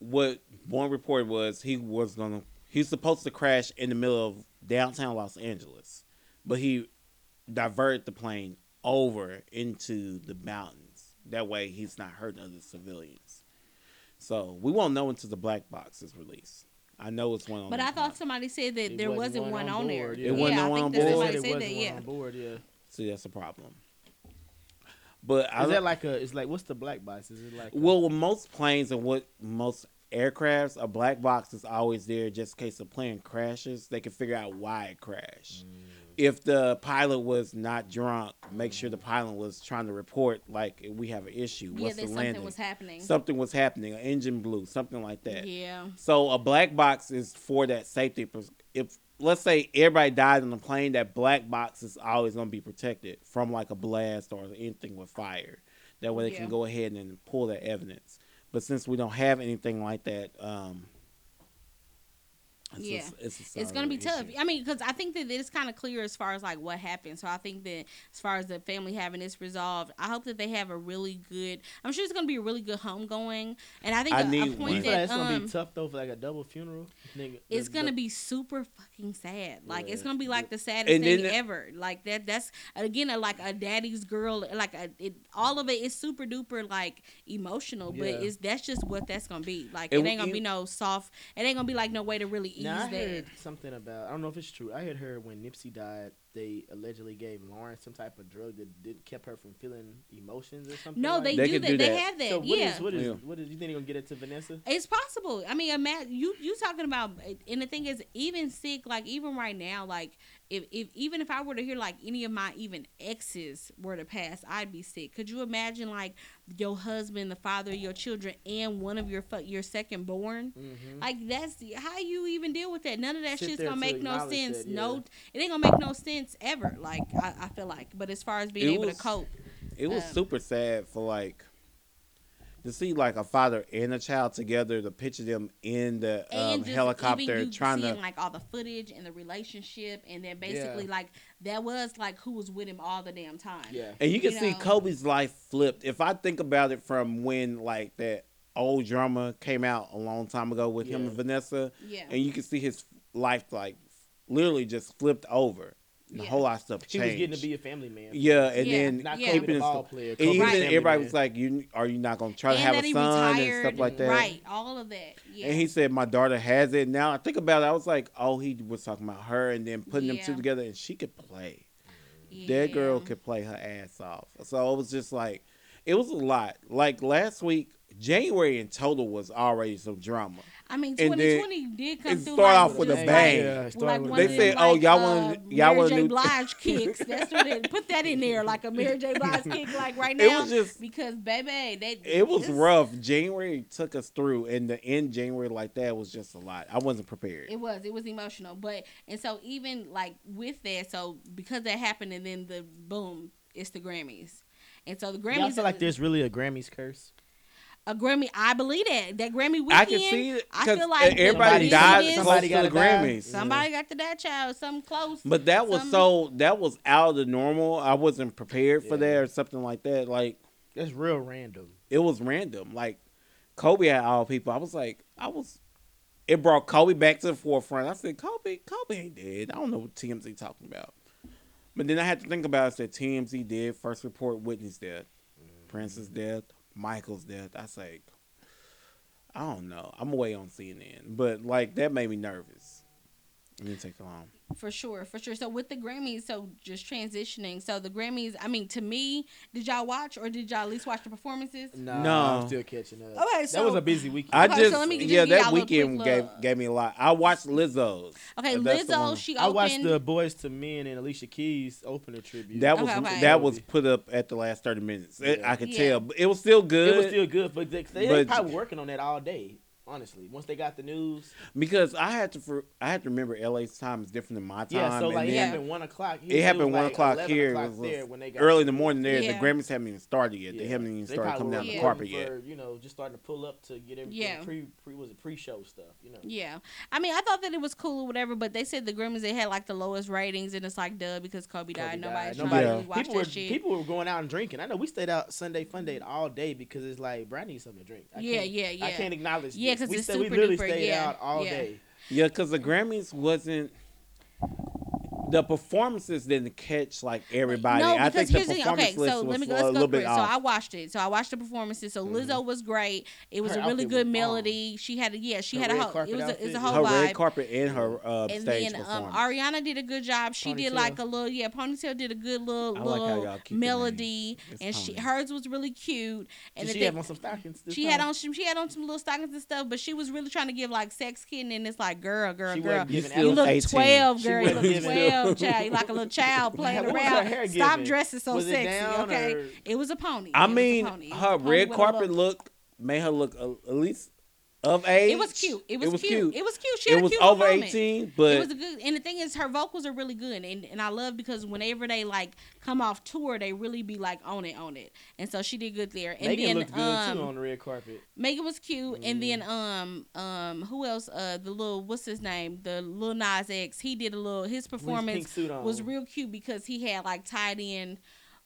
S6: what one report was he was gonna he was supposed to crash in the middle of downtown Los Angeles, but he diverted the plane over into the mountains. That way, he's not hurting other civilians. So we won't know until the black box is released. I know it's one on.
S4: But
S6: the
S4: I thought
S6: front.
S4: somebody said that
S3: It
S4: there
S3: wasn't
S4: wasn't one,
S3: one on
S4: on there.
S3: board,
S6: yeah. It wasn't
S4: yeah,
S6: no
S4: I
S6: one
S4: think
S6: on
S4: that
S3: They
S6: board.
S3: said
S4: somebody
S3: it
S4: said
S3: wasn't
S4: that.
S3: one
S4: Yeah.
S3: on board. Yeah.
S6: see that's a problem. But I
S3: Is that like a? It's like what's the black box? Is it like? a-
S6: Well, with most planes and what most aircrafts, a black box is always there just in case a plane crashes. They can figure out why it crashed. If the pilot was not drunk, make sure the pilot was trying to report like we have an issue.
S4: Yeah,
S6: What's
S4: that
S6: the
S4: something
S6: landing?
S4: was happening.
S6: Something was happening. An engine blew. Something like that.
S4: Yeah.
S6: So a black box is for that safety. pers- If let's say everybody died on the plane, that black box is always going to be protected from like a blast or anything with fire. That way they
S4: Yeah.
S6: can go ahead and pull that evidence. But since we don't have anything like that, um,
S4: Yeah.
S6: a- it's, a
S4: It's gonna be
S6: solid
S4: tough.
S6: issue.
S4: I mean, because I think that it's kind of clear as far as like what happened. So I think that as far as the family having this resolved, I hope that they have a really good. I'm sure it's gonna be a really good homegoing. And I think
S6: I
S4: a- a
S6: need
S4: point
S6: one.
S3: You
S6: Is
S3: feel
S4: that
S3: like it's gonna
S4: um,
S3: be tough though for like a double funeral. Nigga,
S4: it's
S3: the-
S4: gonna
S3: the-
S4: be super fucking sad. Like it's
S3: Yeah.
S4: gonna be like the saddest
S6: And
S4: thing
S6: then- uh,
S4: ever. Like that. That's again a, like a daddy's girl. Like a, it, all of it is super duper like emotional. But
S3: Yeah.
S4: it's that's just what that's gonna be. Like it,
S6: And
S4: ain't gonna
S6: you-
S4: be no soft. It ain't gonna be like no way to really ease
S3: Now I
S4: that.
S3: heard something about I don't know if it's true. I had heard when Nipsey died, they allegedly gave Lauren some type of drug that did, kept her from feeling emotions or something.
S4: No,
S3: like
S4: they,
S6: They
S4: do
S6: can
S4: that.
S6: do
S4: They
S6: that.
S4: have that.
S3: So what is
S4: yeah.
S3: what is
S6: Yeah.
S3: what is you think they're gonna get it to Vanessa?
S4: It's possible. I mean, imagine you you talking about, and the thing is, even sick, like even right now, like if, if even if I were to hear like any of my even exes were to pass, I'd be sick. Could you imagine like your husband, the father of your children, and one of your fu- your second born?
S3: Mm-hmm.
S4: Like that's how you even deal with that. None of that
S3: Sit
S4: shit's
S3: there
S4: gonna
S3: to
S4: make no
S3: acknowledge
S4: sense.
S3: that, yeah.
S4: No, it ain't gonna make no sense ever. Like I, I feel like, but as far as being
S6: It
S4: able
S6: was-
S4: to cope,
S6: It was
S4: Um,
S6: super sad for like to see like a father and a child together to picture them in the um,
S4: and just
S6: helicopter
S4: even you
S6: trying
S4: seeing,
S6: to
S4: like all the footage and the relationship and then basically like that was like who was with him all the damn time
S3: Yeah.
S6: And you can
S4: you
S6: see
S4: know.
S6: Kobe's life flipped. If I think about it from when like that old drama came out a long time ago with him
S3: Yeah.
S6: and Vanessa,
S4: yeah
S6: and you can see his life like literally just flipped over. And
S4: Yeah.
S6: A whole lot of stuff
S3: She
S6: changed.
S3: was getting to be a family man.
S6: yeah, and
S4: Yeah.
S6: then
S3: Not
S4: Yeah.
S3: Kobe
S6: keeping
S3: the
S6: his-
S3: ball player.
S6: and
S3: Kobe
S6: even
S3: the family
S6: everybody
S3: man.
S6: was like, "You are you not gonna try
S4: and
S6: to have
S4: that
S6: a
S4: he
S6: son and
S4: retired
S6: stuff like that?"
S4: right all of that yeah
S6: And he said, "My daughter has it now." I think about it. I was like, "Oh, he was talking about her, and then putting them
S4: Yeah.
S6: two together, and she could play."
S4: yeah.
S6: That girl could play her ass off. So it was just like, it was a lot. Like last week, January in total was already some drama.
S4: I mean,
S6: And then
S4: 2020 did come
S6: it
S4: through.
S6: started
S4: like,
S6: off with a
S4: just
S6: bang.
S4: like-
S6: Yeah,
S3: it started
S4: like
S3: with a
S4: one of them,
S6: bang. They said, "Oh,
S4: like,
S6: y'all
S4: uh,
S6: wanna- y'all
S4: Mary
S6: wanna
S4: J.
S6: do-
S4: Blige kicks." That's what they put that in there, like a Mary J. Blige kick, like right now.
S6: It was just-
S4: because baby, they
S6: It was
S4: this-
S6: rough. January took us through, and the end January like that was just a lot. I wasn't prepared.
S4: It was. It was emotional. But and so even like with that, so because that happened, and then the boom, it's the Grammys. And so the Grammys.
S3: Y'all feel like there's really a Grammys curse.
S4: a Grammy. I believe that that Grammy weekend.
S6: I can see it
S4: I
S6: 'cause
S4: feel like the
S3: Somebody-
S6: everybody died
S4: biggest-
S6: close
S3: somebody
S6: to the
S3: gotta die.
S6: Grammys.
S4: Somebody got to that child. Something close.
S6: But that was
S4: some-
S6: so that was out of the normal. I wasn't prepared for
S3: Yeah.
S6: that or something like that. Like
S3: That's real random.
S6: it was random. Like Kobe had all people. I was like, I was. It brought Kobe back to the forefront. I said, Kobe, Kobe ain't dead. I don't know what TMZ talking about. But then I had to think about it. I said TMZ did first report Whitney's death, Prince's death, Michael's death. I say, I don't know. I'm away on CNN, but like that made me nervous. It didn't take long.
S4: for sure, for sure. So with the Grammys, so just transitioning. So the Grammys. I mean, to me, did y'all watch or did y'all at least watch the performances?
S3: Nah,
S6: No.
S3: I'm still catching up.
S4: Okay,
S3: that
S4: so-
S3: was a busy weekend.
S6: I
S4: Okay, so
S6: just,
S4: let me just
S6: yeah,
S4: give y'all
S6: that
S4: a
S6: weekend
S4: quick
S6: gave
S4: look.
S6: gave me a lot. I watched Lizzo's.
S4: Okay,
S6: That's the one.
S4: Lizzo. She
S3: I
S4: opened.
S3: watched the Boys to Men and Alicia Keys opener tribute.
S6: That was
S4: Okay, okay.
S6: that was put up at the last thirty minutes. It-
S3: Yeah.
S6: I could
S4: Yeah.
S6: tell, but it was still good
S3: it was still good, but they, they
S6: But-
S3: probably working on that all day. Honestly, once they got the news,
S6: because I had to for, I had to remember LA's time is different than my time.
S3: yeah. So
S6: Um, and
S3: like it
S6: then
S4: yeah.
S3: happened one o'clock. here,
S6: it happened
S3: was
S6: one
S3: like
S6: o'clock
S3: 11
S6: here.
S3: o'clock
S6: It was
S3: there when they got
S6: early in the morning. There,
S4: Yeah.
S6: the Grammys haven't even started yet. They
S3: Yeah.
S6: haven't even
S3: They
S6: started
S3: probably
S6: coming
S3: were
S6: down the
S4: Yeah.
S6: carpet
S3: recording
S6: yet.
S3: for, You know, just starting to pull up to get everything.
S4: Yeah.
S3: Pre, pre was it pre-show stuff? You know.
S4: Yeah, I mean, I thought that it was cool or whatever, but they said the Grammys they had like the lowest ratings, and it's like duh because
S3: Kobe
S4: Kobe, died.
S3: died.
S4: Nobody's
S3: Nobody-
S4: trying to
S6: Yeah.
S4: really watch
S3: people were
S4: that shit.
S3: people were going out and drinking. I know we stayed out Sunday fun date all day because it's like bro, I need something to drink. I
S4: Yeah,
S3: can't-
S4: yeah,
S3: I
S4: yeah.
S3: can't acknowledge.
S4: Yeah,
S3: this.
S4: 'cause
S3: We
S4: it's
S3: stay- we
S4: super
S3: literally
S4: duper,
S3: stayed
S4: yeah,
S3: out all
S4: yeah.
S3: day.
S6: Yeah, because the Grammys wasn't. The performances didn't catch like everybody.
S4: No,
S6: I
S4: because
S6: think the
S4: here's the thing.
S6: performance
S4: Okay,
S6: list
S4: so
S6: was
S4: let me go,
S6: a
S4: let's go
S6: little
S4: through
S6: bit
S4: it. So I
S6: off. Mm-hmm.
S4: watched it. So I watched the performances. So Lizzo was great. It was
S3: Her
S4: a really
S3: outfit
S4: good
S3: was
S4: melody. She had a yeah. She
S3: Her
S4: had a
S3: red
S4: whole. It
S3: carpet
S4: was a,
S3: outfit
S4: it's a
S3: was-
S4: whole
S6: her red
S4: vibe.
S6: carpet and her uh,
S4: and
S6: stage
S4: then um,
S6: performance.
S4: Ariana did a good job. She did like
S3: Ponytail.
S4: a little yeah. Ponytail did a good little
S6: I like how
S4: little
S6: y'all keep the names.
S4: melody,
S6: It's
S4: and she
S6: Pony.
S4: hers was really cute. And
S3: Did
S4: the
S3: she
S4: thing-
S3: have on some stockings. this
S4: she had
S3: time?
S4: on she, she had on some little stockings and stuff, but she was really trying to give like sex kitten, and it's like girl, girl,
S3: She
S4: girl.
S3: wasn't
S6: You
S3: giving
S6: still
S4: You
S3: out-
S4: look
S6: 18.
S4: twelve,
S3: She
S4: girl. You
S3: wasn't
S4: look
S3: giving-
S4: twelve, child. You like a little child playing
S3: What was her hair
S4: around. Stop
S3: giving?
S4: dressing so
S3: Was it
S4: sexy,
S3: down
S4: okay?
S3: or-
S4: It was a pony. It
S6: I
S4: was a
S6: mean,
S4: pony. It was
S6: her
S4: a pony
S6: red
S4: with a little-
S6: carpet look made her look a, at least of age.
S4: It was cute. It was, cute. It was cute. She had
S6: It
S4: a
S6: was
S4: cute
S6: over
S4: moment.
S6: eighteen,
S4: it was
S6: but
S4: a good and the thing is her vocals are really good and, and i love because whenever they like come off tour they really be like on it on it and so she did good there and
S3: Megan
S4: then
S3: looked good
S4: um
S3: too on the red carpet.
S4: megan was cute and then um
S6: Mm-hmm.
S4: um who else uh the little what's his name the little Nas X he did a little his
S3: pink
S4: performance
S3: suit on.
S4: was real cute because he had like tied in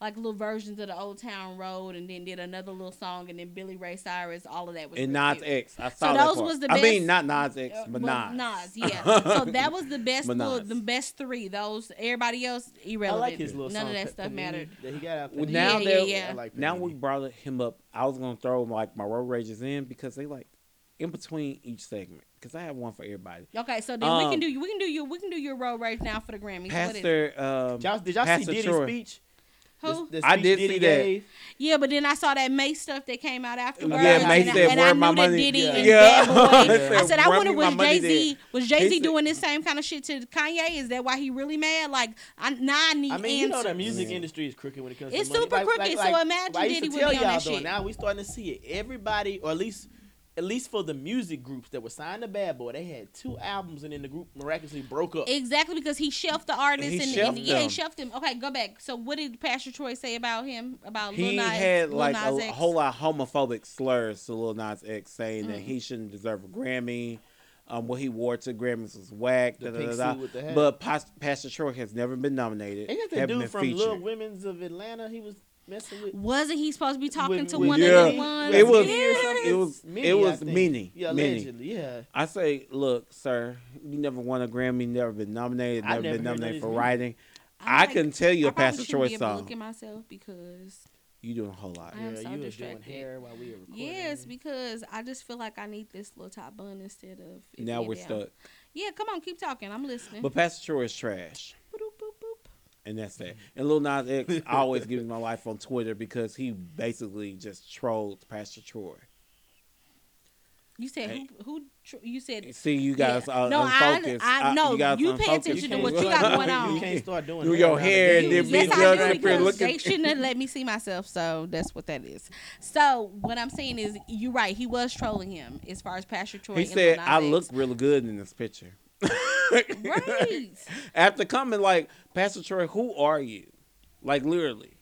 S4: like little versions of the old town road and then did another little song and then Billy Ray Cyrus all of that was
S6: and
S4: real
S6: Nas
S4: cute.
S6: X. I saw that
S4: those
S6: part.
S4: was the
S6: I mean,
S4: best-
S6: not Nas X,
S4: Uh,
S6: but
S4: well,
S6: Nas.
S4: Nas, yeah. so that was the best,
S6: But
S4: little,
S6: Nas.
S4: the best three. Those everybody else
S3: I
S4: irrelevant.
S3: like his little
S4: None
S3: song,
S4: of that
S3: Pe-
S4: stuff
S3: Panini,
S4: mattered.
S3: That he got out
S6: Well,
S3: Panini.
S6: now
S4: Yeah,
S6: that
S4: yeah, yeah.
S3: I like
S6: now we
S3: Panini.
S6: brought him up, I was gonna throw like my road rages in because they like in between each segment because I have one for everybody.
S4: Okay, so then we
S6: Um,
S4: can do we can do your we can do your role right now for the Grammys. What is it?
S6: Pastor, um,
S3: Y'all, did y'all
S6: Pastor
S3: see Diddy's
S6: Troy.
S3: speech?
S4: Who?
S3: The, the speech
S6: I did
S3: Diddy
S6: see that.
S3: gave?
S4: yeah, but then I saw that May stuff that came out afterwards.
S6: Yeah,
S4: and
S6: May
S4: I-
S6: said,
S4: and
S6: "Where
S4: I
S6: my
S4: knew
S6: money?"
S4: That Diddy
S6: Yeah.
S4: and
S6: Yeah.
S4: Bad Boy. I
S6: Said,
S4: said, I
S6: "Where
S4: wonder
S6: me my
S4: was
S6: money
S4: Jay Z was Jay
S6: He
S4: Z
S6: said-
S4: doing this same kind of shit to Kanye? Is that why he really mad? Like, I, now I need
S3: I mean, you know
S4: answers.
S3: the music
S6: Yeah.
S3: industry is crooked when it comes
S4: It's
S3: to money.
S4: super crooked, so imagine
S3: I used to
S4: Diddy would
S3: tell
S4: be on
S3: y'all,
S4: that
S3: though,
S4: shit.
S3: Now we starting to see it. Everybody, or at least, at least for the music groups that were signed to Bad Boy, they had two albums and then the group miraculously broke up.
S4: Exactly because he shelved the artist
S6: He
S4: and,
S6: shelved
S4: and- yeah, he
S6: them.
S4: shelved him. Okay, go back. So what did Pastor Troy say about him? About
S6: he
S4: Lil Nas,
S6: had
S4: Lil
S6: like
S4: Nas
S6: a
S4: X?
S6: whole lot of homophobic slurs to Lil Nas X, saying that
S4: Mm-hmm.
S6: he shouldn't deserve a Grammy. Um, what he wore to Grammys was whack.
S3: The
S6: da,
S3: pink
S6: da, da,
S3: suit with the
S6: da.
S3: hat.
S6: But Pas- Pastor Troy has never been nominated.
S3: Ain't that the
S6: haven't
S3: dude
S6: been
S3: from
S6: featured.
S3: Little Women's of Atlanta? He was messing with.
S4: Wasn't he supposed to be talking
S3: with-
S4: to
S3: with
S4: one
S6: Yeah.
S4: of the ones?
S6: It was-
S4: Yes.
S6: it was-
S3: Minnie,
S6: it
S3: I
S6: was
S3: think.
S6: Minnie.
S3: Yeah,
S6: Minnie.
S3: allegedly. Yeah.
S6: I say, look, sir, you never won a Grammy, never been nominated, never,
S3: I've never heard
S6: been
S3: none of
S6: nominated
S3: these
S6: for
S3: music.
S6: writing.
S4: I'm
S6: I
S4: like,
S6: can tell you
S4: I
S6: a Pastor
S4: probably shouldn't
S6: Troy
S4: be able to
S6: song.
S4: look at myself because
S6: You doing a whole lot.
S4: I am
S3: yeah,
S4: so
S3: you was doing
S4: distracted.
S3: hair while we were recording.
S4: yes, because I just feel like I need this little top bun instead of it
S6: now
S4: being
S6: we're
S4: down.
S6: stuck.
S4: Yeah, come on, keep talking. I'm listening.
S6: But Pastor Troy is trash.
S4: Boop, boop, boop.
S6: And that's that. And Lil Nas X always gives my life on Twitter because he basically just trolled Pastor Troy.
S4: You said
S6: Hey.
S4: who? Who? Tr- you said
S6: See, you guys
S4: Yeah.
S6: are
S4: No, I-
S6: unfocused.
S4: I-
S6: Uh,
S4: no,
S6: guys
S4: you pay
S6: unfocused.
S4: attention
S6: You
S4: to what
S6: can't-
S4: you got going on.
S3: You can't start doing
S6: Do
S3: that
S6: your
S3: without a
S6: hair and
S3: date.
S6: then
S4: yes,
S6: be
S4: I
S6: judged
S4: do
S6: up here
S4: because
S6: looking.
S4: they shouldn't have let me see myself. So that's what that is. So what I'm saying is, you're right. He was trolling him as far as Pastor Troy.
S6: He
S4: and
S6: said,
S4: Lil Nas
S6: "I
S4: X."
S6: look really good in this picture."
S4: right.
S6: After coming, like Pastor Troy, who are you? Like literally,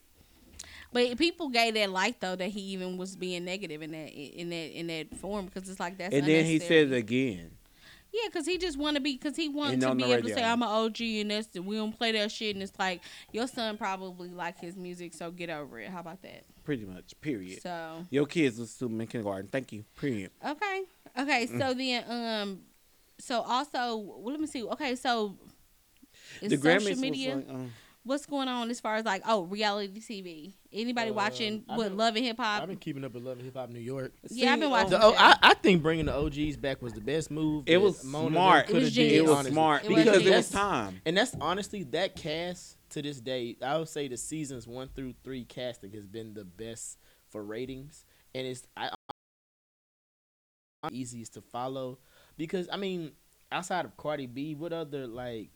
S4: But people gave that light though that he even was being negative in that in that in that form because it's like that's
S6: and then he
S4: unnecessary.
S6: said it again.
S4: Yeah, because he just want to be, because he
S6: And
S4: wanted to
S6: on
S4: be
S6: the
S4: able to
S6: radio.
S4: say, I'm an OG and that's the, we don't play that shit. And it's like, your son probably like his music, so get over it. How about that?
S6: Pretty much, period.
S4: So,
S6: Your kids was to me in kindergarten. Thank you. Period.
S4: okay. Okay,
S6: Mm.
S4: so then, um, so also, well, let me see. Okay, so is social media,
S6: was like, um,
S4: what's going on as far as like, oh, reality TV? Anybody
S6: Oh,
S3: Uh,
S4: watching
S6: um,
S3: I've
S4: with
S3: been-
S4: Love and Hip
S3: I've
S4: Hop?
S3: been keeping up with Love and Hip Hop New York.
S4: Yeah, I've been
S6: See, uh,
S4: watching.
S3: The,
S4: that.
S3: oh, I, I think bringing the OGs back was the best move.
S6: It
S3: that
S6: was
S3: Mona
S6: smart.
S3: coulda
S4: It
S3: did,
S4: was genius.
S6: It was
S3: honestly.
S6: smart
S4: It was
S6: because it
S4: genius.
S6: was time.
S3: And that's honestly that cast to this day. I would say the seasons one through three casting has been the best for ratings, and it's I easiest to follow because I mean outside of Cardi B, what other like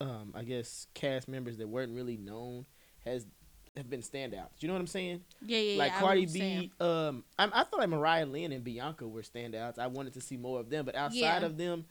S3: um I guess cast members that weren't really known has have been standouts. You know what I'm saying?
S4: yeah, yeah, yeah.
S3: like
S4: I
S3: Cardi
S4: was saying.
S3: B. Um, I, I thought like Mariah Lynn and Bianca were standouts. I wanted to see more of them, but outside
S4: Yeah.
S3: of them,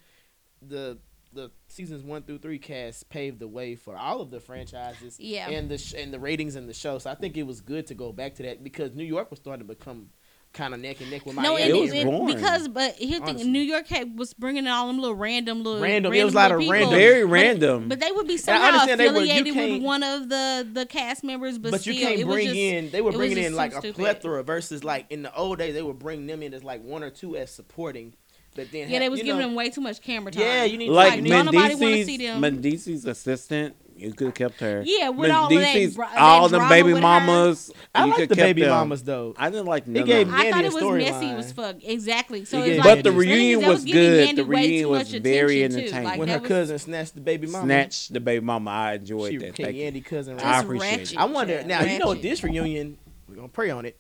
S3: the the seasons one through three cast paved the way for all of the franchises.
S4: Yeah.
S3: and the sh- and the ratings and the show. So I think it was good to go back to that because New York was starting to become kind of neck and neck with Miami.
S4: No,
S6: Yeah,
S4: and
S6: it was
S4: and
S6: boring.
S4: because but here's the
S3: Honestly.
S4: thing: New York had, was bringing in all them little random little
S3: Random, it was a lot
S4: little
S3: of random.
S4: people.
S6: Very
S4: But-
S6: random.
S4: But, they would be
S3: I
S4: somehow
S3: understand they were- you
S4: affiliated with
S3: can't-
S4: one of the the cast members, but,
S3: but
S4: still,
S3: you can't
S4: it was
S3: bring
S4: just,
S3: in. They were
S4: it was
S3: bringing
S4: just
S3: in
S4: so
S3: like a
S4: stupid.
S3: plethora versus like in the old days they would bring them in as like one or two as supporting. But then
S4: Yeah,
S3: ha-
S4: they was
S3: you
S4: giving
S3: know,
S4: them way too much camera time.
S3: Yeah, you need to-
S6: Like
S4: Like, don't nobody wanna see them.
S6: Mendici's, Mendici's assistant, you could have kept her.
S4: Yeah, with all of that
S6: Mendici's-
S4: dra- that
S6: all them
S4: drama
S6: baby
S4: with her.
S6: mamas.
S3: I
S6: you
S3: like
S6: could
S3: the
S6: kept
S3: baby
S6: them.
S3: mamas though.
S6: I didn't like
S3: They
S6: none
S3: gave
S6: of them.
S4: I thought
S3: Mandy a
S4: it was messy
S3: storyline.
S4: as fuck. Exactly. So
S3: He
S4: it's
S3: gave
S4: like
S6: But the
S3: Mandy-
S6: reunion
S4: that
S6: was
S4: giving
S6: good.
S4: Mandy
S6: The
S4: way too
S6: reunion
S4: much
S6: was
S4: attention,
S6: very
S4: too.
S6: entertaining.
S4: Like,
S3: when
S4: that
S3: her
S4: was-
S3: cousin snatched the baby mama.
S6: Snatch the baby mama. I enjoyed
S3: She
S6: that.
S3: King
S6: Thank you.
S3: Andy cousin.
S4: Just
S6: I appreciate
S4: ratchet.
S6: it.
S3: I wonder now. You know,
S4: Ratchet.
S3: this reunion, we're gonna pray on it.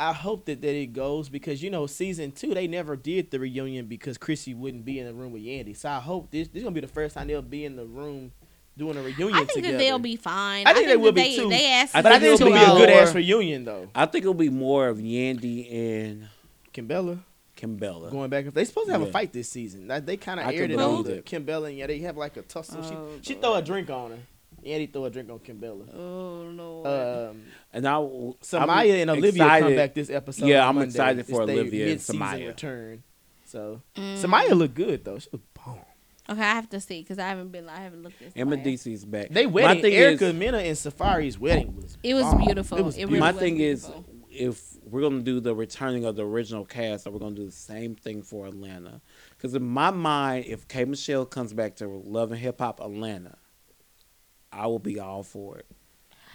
S3: I hope that, that it goes because you know season two they never did the reunion because Chrissy wouldn't be in the room with Yandy. So I hope this this is gonna be the first time they'll be in the room doing a reunion
S4: I think
S3: together.
S4: that they'll be fine.
S3: I think they will be
S4: that
S3: too.
S4: They asked.
S6: I
S3: but I think
S4: them
S6: think
S3: it's
S4: to
S3: gonna be
S6: it'll
S3: a
S4: go.
S6: be
S3: good ass
S6: more-
S3: reunion though.
S6: I think it'll be more of Yandy and
S3: Kimbella
S6: Kimbella.
S3: going back. and They supposed to have a
S6: Yeah.
S3: fight this season. Like, they kind
S6: I
S3: of
S6: can
S3: aired it
S4: believe
S3: on the
S6: it.
S3: Kimbella and yeah, they have like a tussle.
S4: Oh,
S3: she she throw a drink on her. Yandy throw a drink on Kimbella.
S4: Oh lord.
S3: Um,
S6: and I,
S3: So
S6: I'm
S3: Maya and Olivia come
S6: excited.
S3: back this episode.
S6: Yeah,
S3: on
S6: I'm
S3: Monday.
S6: excited for
S3: It's their
S6: Olivia and
S3: mid-season
S6: Samaya.
S3: return. So
S4: Mm.
S3: Samaya looked good though. She looked bomb.
S4: Okay, I have to see because I haven't been. I haven't looked at.
S6: Emma
S4: Samaya.
S6: DC's back.
S3: They
S6: My
S3: wedding
S6: thing
S3: Erica
S6: is,
S3: Mena and Safari's wedding was.
S4: It was
S3: bomb.
S4: beautiful.
S3: It was
S4: It really
S3: beautiful.
S6: my
S4: was
S6: thing is,
S4: beautiful.
S6: if we're gonna do the returning of the original cast, are we gonna do the same thing for Atlanta? Because in my mind, if K Michelle comes back to Love and Hip Hop Atlanta, I will be all for it.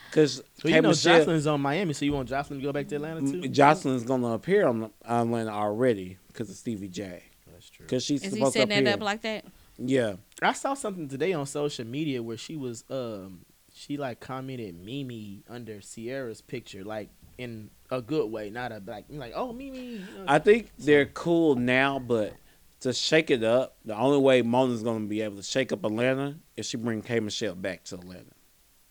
S6: Because
S3: So you know Jocelyn's on Miami, so you want Jocelyn to go back to Atlanta too?
S6: Mm, Jocelyn's gonna appear on on Atlanta already because of Stevie J.
S3: That's true.
S6: Because she's
S4: Is he
S6: supposed to
S4: setting
S6: appear.
S4: that up like that?
S6: yeah.
S3: I saw something today on social media where she was um she like commented Mimi under Sierra's picture like in a good way, not a like like oh Mimi. you know.
S6: I think they're cool now, but to shake it up, the only way Mona's gonna be able to shake up Atlanta is she bring K Michelle back to Atlanta.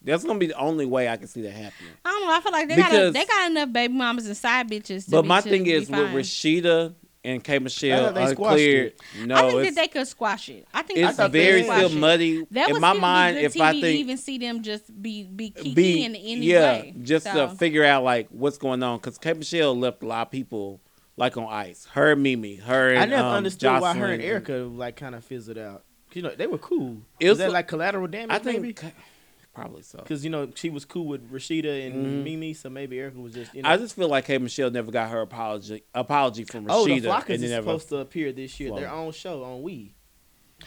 S6: That's gonna be the only way I can see that happening.
S4: I don't know. I feel like they got
S6: Because-
S4: they got enough baby mamas and side bitches. To
S6: but
S4: be,
S6: my
S4: to
S6: thing
S4: be
S6: is with
S4: fine.
S6: Rashida and K
S3: I
S6: Michelle
S3: thought they squashed
S6: uncleared.
S3: it.
S6: No,
S4: I think
S6: it's,
S4: that they could squash it. I think
S6: it's
S4: that they could
S6: very
S4: squash
S6: still
S4: it.
S6: muddy.
S4: That would
S6: In my
S4: still be
S6: mind,
S4: good
S6: if
S4: TV
S6: I
S4: to
S6: think
S4: even see them just be be kiki
S6: be
S4: in any
S6: yeah,
S4: way.
S6: just
S4: so,
S6: to figure out like what's going on because K Michelle left a lot of people like on ice. Her Mimi, her.
S3: I
S6: and,
S3: never
S6: um,
S3: understood why her
S6: Jocelyn
S3: and Erica like kind of fizzled out. 'Cause, You know, they were cool.
S6: It
S3: was
S6: was
S3: that
S6: li-
S3: like collateral damage?
S6: I think
S3: maybe?
S6: probably so.
S3: because you know she was cool with Rashida and
S6: Mhm.
S3: Mimi, so maybe Erica was just you know.
S6: I just feel like hey Michelle never got her apology apology from Rashida
S3: oh, the Flockers
S6: and
S3: is
S6: then never
S3: supposed to appear this year. Their
S6: Flocka.
S3: own show on We.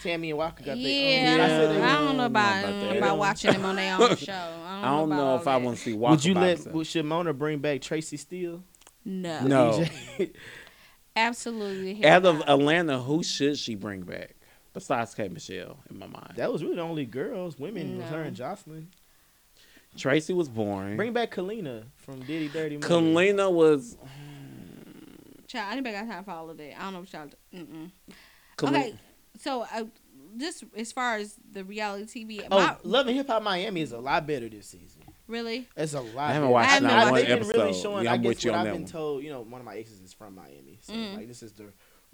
S3: Tammy and Walker got
S4: yeah,
S3: their own.
S4: I,
S6: Yeah,
S3: said they
S4: don't,
S3: were-
S4: I don't know about,
S6: about
S4: about,
S6: that.
S4: watching them on their own show. I don't,
S6: I don't
S4: know,
S6: know
S4: about
S6: if
S4: all
S6: I
S4: that.
S6: want to see Walker.
S3: Would you
S6: by
S3: let
S6: herself.
S3: would Shimona bring back Tracy Steele?
S4: No,
S6: No.
S4: absolutely. hell
S6: Out of
S4: no.
S6: Atlanta, who should she bring back besides K Michelle? In my mind,
S3: that was really the only girls, women was her
S4: No.
S3: and Jocelyn.
S6: Tracy was boring.
S3: Bring back Kalina from Diddy Dirty. Money.
S6: Kalina was.
S4: Child, anybody got time for all of that? I don't know what y'all. Do. Mm-mm.
S3: Khalid.
S4: Okay, so uh, just as far as the reality TV,
S3: Oh,
S4: my-
S3: Love and Hip Hop Miami is a lot better this season.
S4: really?
S3: It's a lot.
S6: I haven't
S3: better.
S6: watched
S4: I haven't not watched one
S3: They've been really
S6: episode.
S3: showing.
S6: Yeah,
S3: I
S6: I'm
S3: guess
S6: with you
S3: what
S6: on
S3: I've
S6: that
S3: been
S6: one.
S3: told. You know, one of my exes is from Miami, so
S4: Mm.
S3: like this is the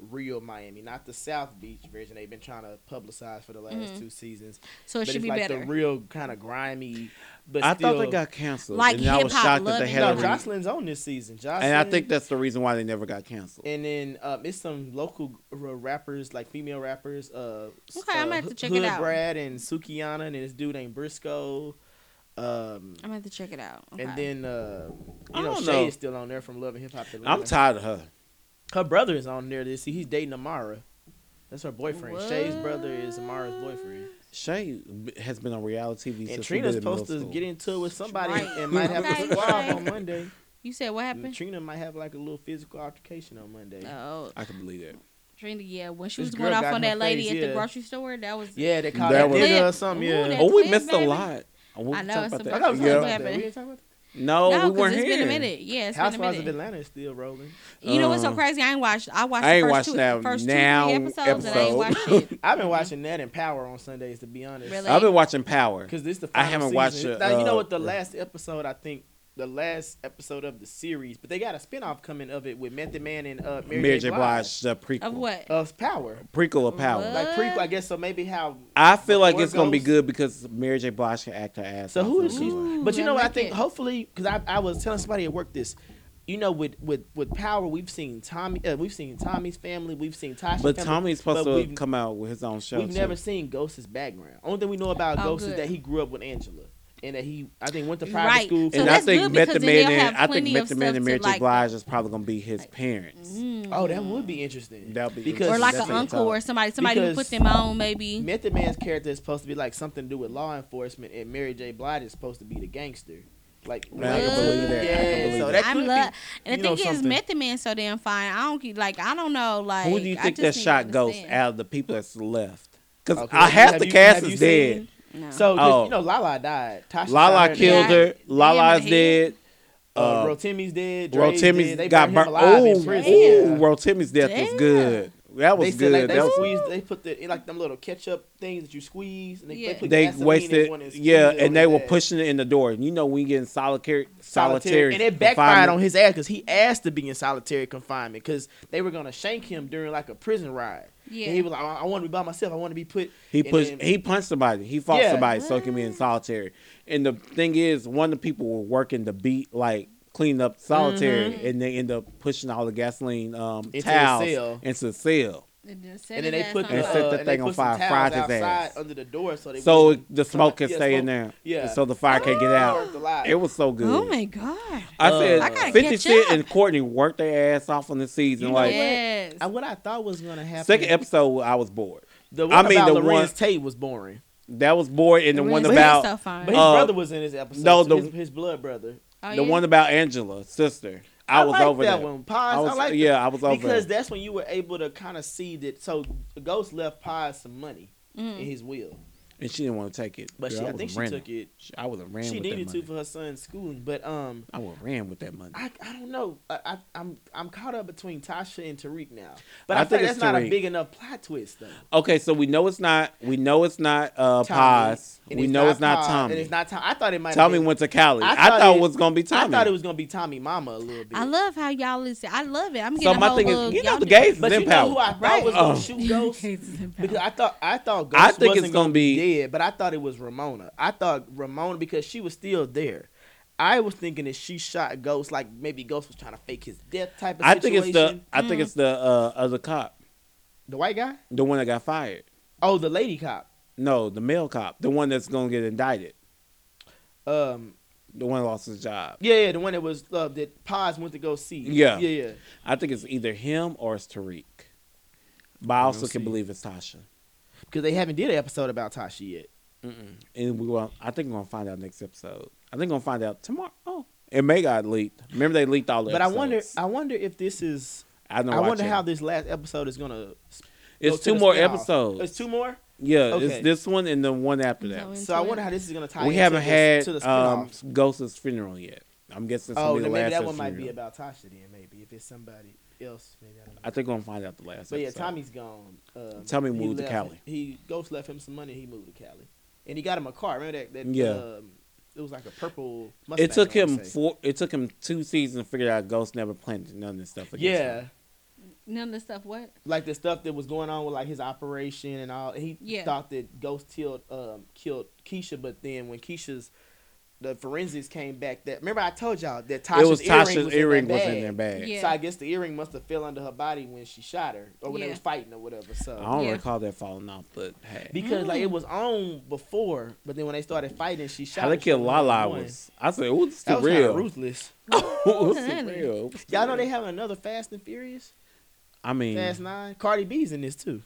S3: real Miami, not the South Beach version. They've been trying to publicize for the last
S4: Mhm.
S3: two seasons.
S4: So it
S3: but
S4: should
S3: it's
S4: be
S3: like the
S4: better.
S3: real kind of grimy. But
S6: I
S3: still,
S6: thought they got canceled.
S4: Like
S6: and I was
S4: hip-hop
S6: shocked that they
S4: loving
S6: had
S3: no.
S6: a
S4: Hillary.
S6: re-
S3: Jocelyn's on this season. Jocelyn,
S6: And I think that's the reason why they never got canceled.
S3: And then um, it's some local r- rappers, like female rappers. Uh, s-
S4: Okay, I'm gonna
S3: uh,
S4: have to
S3: Hood-
S4: check it
S3: Hood
S4: out.
S3: Brad and Sukiana and this dude named Briscoe. Um,
S4: I'm gonna have to check it out.
S3: and
S4: Okay.
S3: then uh,
S6: I
S3: you know
S6: don't
S3: Shay
S6: know.
S3: is still on there from Love and Hip Hop.
S6: I'm
S3: Atlanta.
S6: tired of her.
S3: Her brother is on there. This he's dating Amara. That's her boyfriend. Shay's brother is Amara's boyfriend.
S6: Shay b- has been on reality TV since
S3: and
S6: we
S3: Trina's
S6: was in middle
S3: supposed to
S6: school.
S3: get into it with somebody
S4: Right.
S3: and might have
S4: Okay,
S3: a squab
S4: Shay.
S3: on Monday.
S4: you said what happened?
S3: Trina might have like a little physical altercation on Monday.
S4: Oh,
S6: I can believe that.
S4: Trina, yeah. When she
S3: This
S4: was
S3: girl
S4: going off
S3: got in
S4: on
S3: her
S4: that lady
S3: face,
S4: at
S3: yeah.
S4: the grocery store, that was
S3: Yeah, they called that,
S6: That was-
S3: nigga or something.
S4: Ooh,
S3: Yeah.
S4: that-
S6: Oh, we
S4: Clint,
S6: missed
S4: baby.
S6: a lot. Oh, we
S4: I
S6: can
S4: know,
S6: talk
S4: it's
S6: about
S4: a-
S6: that.
S3: I thought we
S4: Yeah.
S3: talked
S4: Yeah.
S3: about that. We didn't talk about that.
S4: No,
S6: No, we
S4: because
S6: weren't
S4: it's
S6: here.
S4: been a minute. Yeah, it's been a
S3: Housewives of
S4: minute.
S3: Atlanta is still rolling.
S4: You know
S3: Oh.
S4: what's so
S6: Uh,
S4: crazy? I ain't watched. I watched.
S6: I
S4: the
S6: ain't
S4: first
S6: watched
S4: two,
S6: that
S4: first
S6: now
S4: two, three episodes, and I ain't watched
S6: episode.
S4: it.
S3: I've been watching that and Power on Sundays to be honest.
S4: Really?
S6: I've been watching Power.
S3: Because this the
S6: I
S3: final
S6: haven't
S3: season.
S6: watched it,
S3: Now, you know
S6: uh,
S3: what? The
S6: re-
S3: last episode, I think, the last episode of the series, but they got a spinoff coming of it with Method Man and uh, Mary,
S6: Mary J. Blige, the prequel.
S4: Of what?
S3: of Power.
S6: Prequel of Power.
S4: What?
S3: Like prequel, I guess. So maybe how.
S6: I feel like
S3: Before
S6: it's gonna be
S3: Ghost.
S6: good because Mary J. Blige can act her ass.
S3: So
S6: off
S3: who
S6: in
S3: is she?
S6: this one.
S4: Ooh,
S3: but you
S4: I
S3: know what? I
S4: like
S3: think
S4: it.
S3: hopefully, because I, I was telling somebody at work this. You know, with with with Power, we've seen Tommy, uh, we've seen Tommy's family, we've seen Tasha.
S6: But Tommy's supposed to
S3: we've,
S6: come out with his own show.
S3: We've
S6: too.
S3: never seen Ghost's background. Only thing we know about
S4: Oh,
S3: Ghost is
S4: good.
S3: that he grew up with Angela, and that he I think went to private
S4: Right.
S3: school.
S4: So
S6: and I
S4: that's
S6: think
S4: good because
S6: Method
S4: then they'll
S6: Man
S4: have
S6: and I think
S4: plenty of
S6: Method Man
S4: stuff
S6: and
S4: to
S6: Mary J.
S4: like-
S6: Blige is probably gonna be his parents.
S3: Oh, that would be interesting.
S6: That'd be
S3: because
S4: Mm-hmm. or like
S6: that's
S4: an
S6: it.
S4: uncle or somebody, somebody who
S3: Because-
S4: put them on, maybe.
S3: Method Man's character is supposed to be like something to do with law enforcement, and Mary J. Blige is supposed to be the gangster. Like,
S6: Man, I can believe that. I
S3: Yeah,
S6: can believe
S3: so
S6: that.
S3: that
S4: I'm
S3: could
S4: lo-
S3: be.
S4: and
S3: you
S4: the
S3: know
S4: thing is,
S3: something.
S4: Method Man so damn fine. I don't get- like. I don't know. Like,
S6: Who do you
S4: I
S6: think that
S4: just need to
S6: shot Ghost
S4: understand.
S6: out of the people that's left? Because
S3: Okay,
S6: I half
S3: have
S6: the
S3: you-
S6: cast
S3: have you
S6: is dead.
S3: seen-
S4: No.
S3: So 'cause,
S6: Oh.
S3: you know, Lala died. Tasha shot
S6: Lala
S3: her
S6: killed
S3: dead.
S6: her. Lala
S4: Damn
S6: is
S4: it.
S6: dead.
S3: Uh,
S6: Uh,
S3: Rotimi's dead. Dre's
S6: Rotimi's
S3: dead. They
S6: got
S3: burned
S6: burnt.
S3: him alive in
S6: Ooh,
S3: prison.
S6: ooh, Rotimi's death was
S4: Damn.
S6: good. That was
S3: they said
S6: good.
S3: like they
S6: that was
S3: squeezed. They put the like them little ketchup things that you squeeze. And they,
S4: Yeah.
S3: they, put
S6: they
S3: gasoline in one
S6: wasted,
S3: and
S6: yeah,
S3: squeezed it on
S6: and they
S3: his
S6: were
S3: ass.
S6: pushing it in the door. You know, when you get in solitary,
S3: solitary,
S6: solitary,
S3: and it backfired on his ass because he asked to be in solitary confinement because they were gonna shank him during like a prison ride.
S4: Yeah.
S3: and he was like, I, want to be by myself. I want to be put.
S6: He
S3: and
S6: pushed,
S3: then-
S6: he punched somebody, he fought
S3: Yeah. Mm.
S6: somebody, so he can be in solitary. And the thing is, one of the people were working the beat, like clean up solitary, and they end up pushing all the gasoline um,
S3: Mm-hmm. the
S6: towels
S3: cell.
S6: into the cell.
S4: And then, set
S3: and then
S4: his
S3: they
S4: ass
S3: put
S4: on
S3: the,
S6: And
S4: the-
S6: set
S3: uh,
S6: the
S3: and they
S6: thing on
S3: put some
S6: fire,
S3: towels
S6: fried his
S3: outside
S6: ass.
S3: under the door so they
S6: So
S3: wouldn't-
S6: the smoke
S3: yeah,
S6: can stay in there.
S3: Yeah.
S6: So the fire can get
S3: worked a
S6: out.
S3: lot.
S6: It was so good.
S4: Oh my god.
S6: I
S3: Uh,
S6: said
S3: I
S4: gotta
S6: 50
S4: catch
S6: Cent
S4: up.
S6: and Courtney worked their ass off on the
S3: You
S6: season.
S3: know
S6: like
S4: Yes.
S3: And what I thought was gonna happen.
S6: second episode, I was bored.
S3: the one
S6: I mean,
S3: about
S6: the
S3: Lorenz
S6: one-
S3: Tate was boring,
S6: That was bored, and the
S4: Really,
S6: one
S4: it's
S6: about
S4: so
S3: but
S4: fine.
S3: his
S6: Uh,
S3: brother was in his episode.
S6: no,
S3: No,
S6: the-
S3: his, his blood brother.
S4: Oh,
S6: the
S4: yeah?
S6: one about Angela, sister. I, was
S3: like
S6: over
S3: that
S6: that.
S3: one. Pause.
S6: I
S3: I,
S6: was,
S3: like
S6: yeah,
S3: that.
S6: I was over
S3: because
S6: it.
S3: that's when you were able to kind of see that. So Ghost left Paz some money
S4: Mm. Hmm.
S3: in his will,
S6: and she didn't want to take it.
S3: but
S6: Girl,
S3: she, I
S6: would've
S3: think she
S6: ran
S3: took it.
S6: I would have ran.
S3: she
S6: with that
S3: needed
S6: money.
S3: to for her son's schooling, but um,
S6: I would have ran with that money.
S3: I, I don't know. I, I I'm I'm caught up between Tasha and Tariq now, but
S6: I
S3: I, think
S6: think
S3: that's
S6: it's
S3: not
S6: Tariq.
S3: a big enough plot twist though.
S6: Okay, so we know it's not. We know it's not uh,
S3: Tommy,
S6: Paz.
S3: and
S6: We know it's not
S3: Paz,
S6: Tommy.
S3: And it's not Tommy. I thought it might. have
S6: Tommy
S3: been-
S6: went to college. I
S3: I
S6: thought,
S3: thought
S6: it
S3: it-
S6: was gonna be Tommy.
S3: I thought it was gonna be Tommy Mama a little bit.
S4: I love how y'all is. I love it. I'm getting
S6: So
S4: a
S6: my
S4: whole
S6: thing
S4: little-
S6: is, you know,
S4: y'all
S6: the
S4: do-
S6: gays is
S3: but you
S6: in
S3: know who
S6: power.
S3: I thought was gonna
S6: Oh.
S3: shoot Ghost because I thought I thought Ghost
S6: I think it's
S3: wasn't
S6: gonna
S3: gonna,
S6: be-
S3: be dead, but I thought it was Ramona. I thought Ramona because she was still there. I was thinking that she shot Ghost, like maybe Ghost was trying to fake his death type of
S6: I think
S3: situation.
S6: it's the. I think it's the uh, other cop,
S3: the white guy.
S6: the one that got fired.
S3: Oh, the lady cop.
S6: No, the male cop, the one that's gonna get indicted,
S3: Um,
S6: the one that lost his job.
S3: yeah, yeah, the one that was uh, that Paz went to go see.
S6: Yeah.
S3: yeah, yeah.
S6: I think it's either him or it's Tariq. But I also
S3: We'll
S6: can
S3: see.
S6: believe it's Tasha.
S3: Because they haven't did an episode about Tasha yet.
S6: And we will. I think we're gonna find out next episode. I think we're gonna find out tomorrow. Oh, it may got leaked. Remember they leaked all the.
S3: But I wonder,
S6: episodes.
S3: I wonder if this is.
S6: I, don't
S3: I
S6: watch
S3: wonder
S6: it.
S3: how this last episode is gonna. go
S6: It's
S3: to
S6: two
S3: the
S6: more
S3: spin-off.
S6: episodes.
S3: It's two more.
S6: yeah,
S3: okay.
S6: it's this one and the one after that.
S4: So
S3: So I wonder how this is gonna tie.
S6: we
S3: into
S6: haven't
S3: the-
S6: had
S3: to the
S6: um,
S3: spin-offs.
S6: Ghost's funeral yet. I'm guessing this
S3: Oh,
S6: will be the
S3: then maybe
S6: last
S3: that one
S6: Sesame
S3: might be
S6: Street.
S3: about Tasha then. Maybe if it's somebody else, maybe I don't know.
S6: I think we're gonna find out the last.
S3: But yeah,
S6: episode.
S3: Tommy's gone. Um,
S6: Tommy
S3: he
S6: moved to
S3: left-
S6: Cali.
S3: He Ghost left him some money. He moved to Cali, and he got him a car. Remember that? that
S6: Yeah.
S3: Um, it was like a purple. Mustang,
S6: It took
S3: I wanna
S6: him
S3: say.
S6: four. It took him two seasons to figure out Ghost never planted none of this stuff. Against
S3: Yeah,
S6: him.
S4: None of the stuff. What?
S3: like the stuff that was going on with like his operation and all. He
S4: Yeah.
S3: thought that Ghost killed um, killed Keisha, but then when Keisha's the forensics came back, that remember I told y'all that Tasha's
S6: it was
S3: earring,
S6: Tasha's
S3: was,
S6: earring
S3: in that
S6: was
S3: bag.
S6: in their bag.
S4: Yeah.
S3: So I guess the earring must have fell under her body when she shot her, or when they
S4: Yeah.
S3: was fighting or whatever. So
S6: I don't
S4: Yeah.
S6: recall that falling off, but hey,
S3: Because like it was on before, but then when they started fighting, she shot.
S6: how they
S3: her, she
S6: killed
S3: only had
S6: Lala
S3: one.
S6: was. I said, "Ooh, this
S3: that
S6: is
S3: was kinda
S6: real."
S3: ruthless.
S6: Ooh, this is
S4: Honey.
S6: real. This is
S3: Y'all know
S6: real.
S3: they have another Fast and Furious,
S6: I mean,
S3: Fast Nine. Cardi B's in this too.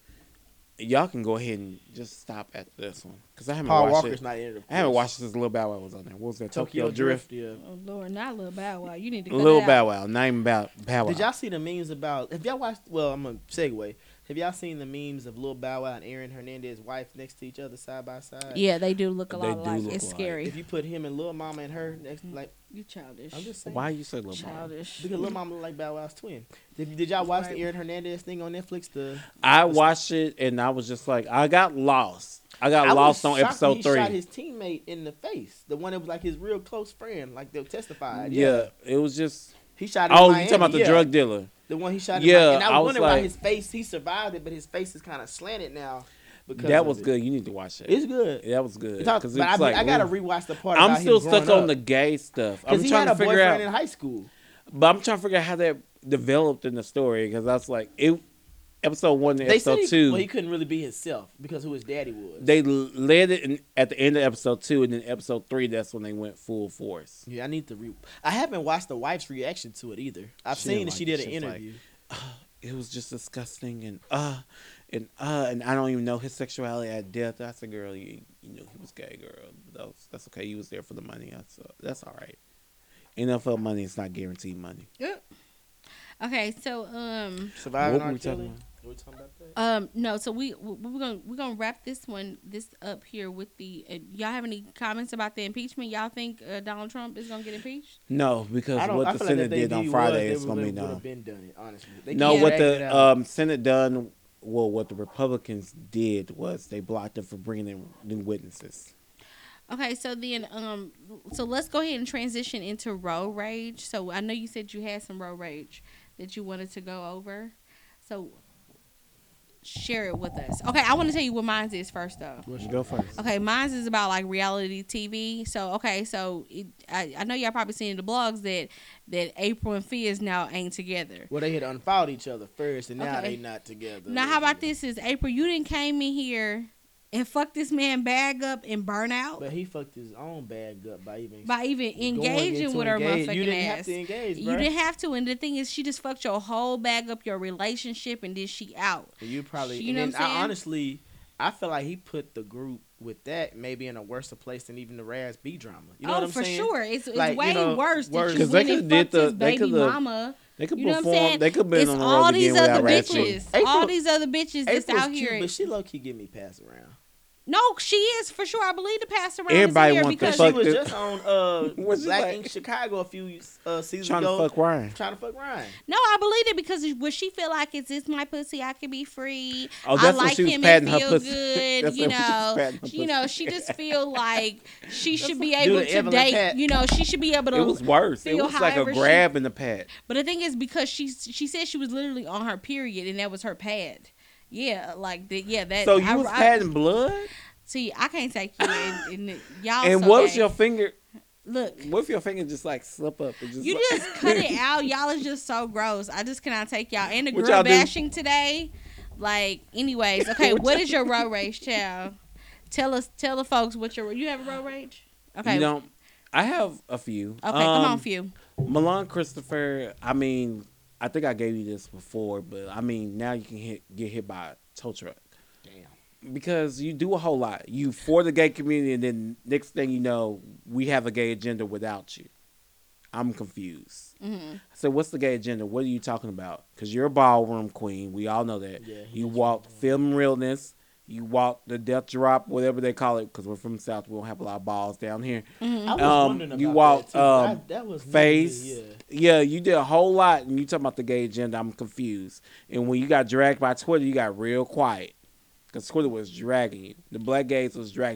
S6: y'all can go ahead and just stop at this one because I haven't
S3: Paul
S6: watched
S3: Walker's
S6: it.
S3: not in it. of
S6: I haven't
S3: course.
S6: watched this little Bow Wow was on there. What was that? Tokyo, Drift.
S3: Yeah.
S4: Oh Lord, not Lil Bow Wow. You need to. cut
S6: Little
S4: it out.
S6: Bow Wow, name Bow Bow Wow.
S3: Did y'all see the memes about? Have y'all watched? Well, I'm gonna segue. Have y'all seen the memes of Lil Bow Wow and Aaron Hernandez' wife next to each other side by side?
S4: Yeah, they do look a
S6: They
S4: lot
S6: do
S4: alike.
S6: look
S4: It's
S6: alike.
S4: scary.
S3: If you put him and Lil Mama and her next, like
S4: You childish.
S3: I'm just saying.
S6: Why you say Little Bow? Wow?
S4: childish.
S3: Because Lil Mama look like Bow Wow's twin. Did, did y'all watch
S4: Right.
S3: the Aaron Hernandez thing on Netflix? The
S6: I watched it and I was just like, I got lost. I got
S3: I was
S6: lost on
S3: shocked
S6: episode
S3: he
S6: three.
S3: Shot his teammate in the face, the one that was like his real close friend, like they testified.
S6: yeah. it was just.
S3: he shot. Him
S6: Oh,
S3: in
S6: you talking about
S3: Miami,
S6: the
S3: yeah.
S6: drug dealer?
S3: The one he shot.
S6: Yeah,
S3: Yeah, and I,
S6: I was
S3: was wondering why
S6: like-
S3: his face. He survived it, but his face is kind of slanted now. Because
S6: That
S3: of
S6: was
S3: it.
S6: good. You need to watch it.
S3: It's good.
S6: Yeah, that was good.
S3: Talk-
S6: 'Cause
S3: but I,
S6: it's like,
S3: I gotta
S6: ooh.
S3: rewatch the part.
S6: I'm
S3: about
S6: still
S3: him growing
S6: stuck on
S3: up.
S6: the gay stuff. I'm
S3: 'Cause he
S6: trying
S3: had
S6: to
S3: a
S6: figure
S3: boyfriend
S6: out,
S3: in high school.
S6: but I'm trying to figure out how that developed in the story because that's like it. Episode one to
S3: They said
S6: episode
S3: he,
S6: two,
S3: well, he couldn't really be himself because who his daddy was.
S6: they l- led it in, at the end of episode two, and then episode three, that's when they went full force.
S3: yeah, I need to re. I haven't watched the wife's reaction to it either. I've
S6: She
S3: seen
S6: didn't
S3: that she
S6: like it.
S3: did an
S6: She was like,
S3: interview.
S6: It was just disgusting and uh, and uh, and I don't even know his sexuality at death. I said, girl, you, you knew he was gay, girl. That was, that's okay. You was there for the money. That's uh, that's all right. NFL money is not guaranteed money.
S4: Okay, so um
S3: Surviving
S6: What were
S3: R.
S6: we talking
S3: Kelly.
S6: about?
S3: Were we talking about that?
S4: um no, so we we- we're gonna we're gonna wrap this one this up here with the uh, y'all have any comments about the impeachment? Y'all think uh, Donald Trump is gonna get impeached?
S6: No, because
S3: I don't. I
S6: what the
S3: feel like
S6: Senate
S3: if they
S6: did on
S3: knew
S6: Friday
S3: was,
S6: is gonna be
S3: would
S6: done.
S3: have been done. It honestly. They
S6: No,
S3: keep
S6: what
S3: dragging it
S6: the
S3: out.
S6: um, Senate done, well, what the Republicans did was they blocked them from bringing in new witnesses.
S4: Okay, so then um so let's go ahead and transition into road rage. So I know you said you had some road rage that you wanted to go over. So share it with us. Okay, I want to tell you what mine is first though.
S6: Go first.
S4: Okay, mine's is about like reality TV. So okay, so it, I, I know y'all probably seen in the blogs that that April and Fizz now ain't together.
S3: Well, they had unfouled each other first, and now
S4: Okay.
S3: they not together.
S4: Now how about this? Is April you didn't came in here and fuck this man bag up and burn out
S3: But he fucked his own bag up by even
S4: by even
S3: going
S4: engaging
S3: into
S4: with her
S3: engage-
S4: motherfucking
S3: You didn't
S4: ass.
S3: have to engage, bro.
S4: you didn't have to, and the thing is, she just fucked your whole bag up, your relationship, and then she out.
S3: You probably.
S4: You
S3: and
S4: know
S3: then
S4: what I'm
S3: I
S4: saying?
S3: honestly, I feel like he put the group with that maybe in a worse place than even the Raz B drama. You know
S4: oh,
S3: what I'm
S4: for
S3: saying?
S4: sure, it's, it's
S3: Like, you
S4: way
S3: know,
S4: worse.
S3: worse.
S4: Because
S6: Because they
S4: they could
S6: coulda did the-
S4: his
S6: they
S4: baby
S6: coulda-
S4: mama.
S6: They could
S4: You know what I'm
S6: perform.
S4: saying?
S6: They could be
S4: it's
S6: on the road
S4: all
S6: again
S4: these
S6: without
S4: other
S6: Ratchet.
S4: bitches.
S3: April-
S4: all these other bitches that's
S3: April's
S4: out
S3: cute,
S4: here.
S3: but she low key give me pass around.
S4: no, she is for sure. I believe the pastor around
S6: Everybody
S4: is in here
S6: want the
S4: because
S3: She
S6: fuck
S3: was
S6: the-
S3: just on uh,
S6: Was she
S3: Black
S6: like-
S3: Ink Chicago a few uh, seasons
S6: Trying
S3: ago,
S6: to fuck Ryan.
S3: trying to fuck Ryan.
S4: no, I believe it because what she feel like is this my pussy? I can be free.
S6: Oh,
S4: I
S6: that's when
S4: like
S6: she was
S4: him
S6: patting
S4: and
S6: her
S4: feel
S6: pussy.
S4: good.
S6: That's
S4: you
S6: when she was
S4: know,
S6: patting her
S4: you know, she just feel like she should be
S3: Do
S4: able
S3: the
S4: to
S3: Evelyn
S4: date.
S3: Pat.
S4: You know, she should be able to.
S6: It was worse. It
S4: feel
S6: was like
S4: however
S6: a
S4: she-
S6: grab in the pat.
S4: But the thing is, because she she said she was literally on her period, and that was her pad. Yeah, like the, yeah that.
S6: So you
S4: I-
S6: was
S4: I-
S6: patting blood,
S4: See, I can't take you, and, and y'all.
S6: and
S4: so
S6: what was
S4: gay.
S6: your finger?
S4: look?
S6: What if your finger just like slip up and just?
S4: You
S6: like,
S4: just cut it out. Y'all is just so gross. I just cannot take y'all. And the
S6: What
S4: girl
S6: y'all do?
S4: bashing today. Like, anyways, okay.
S6: What
S4: what is your road rage, child? Tell us, tell the folks what your you have a road rage. Okay,
S6: You don't. I have a few.
S4: okay, come
S6: Um,
S4: on, few.
S6: Milan Christopher, I mean, I think I gave you this before, but I mean, now you can hit, get hit by a tow truck. Damn. Because you do a whole lot. You for the gay community, and then next thing you know, we have a gay agenda without you. I'm confused.
S3: Mm-hmm.
S4: Mhm.
S6: I said, what's the gay agenda? What are you talking about? Because you're a ballroom queen. We all know that.
S3: Yeah, he
S6: you walk film realness. You walk the death drop, whatever they call it, because we're from the south. We don't have a lot of balls down here.
S3: I was
S6: Um,
S3: wondering
S6: you
S3: about that,
S6: walked,
S3: too. I-
S6: um,
S3: that was new to me,
S6: Phase.
S3: yeah.
S6: yeah. you did a whole lot, and you talking about the gay agenda. I'm confused. And when you got dragged by Twitter, you got real quiet because Twitter was dragging you. The black gays was dragging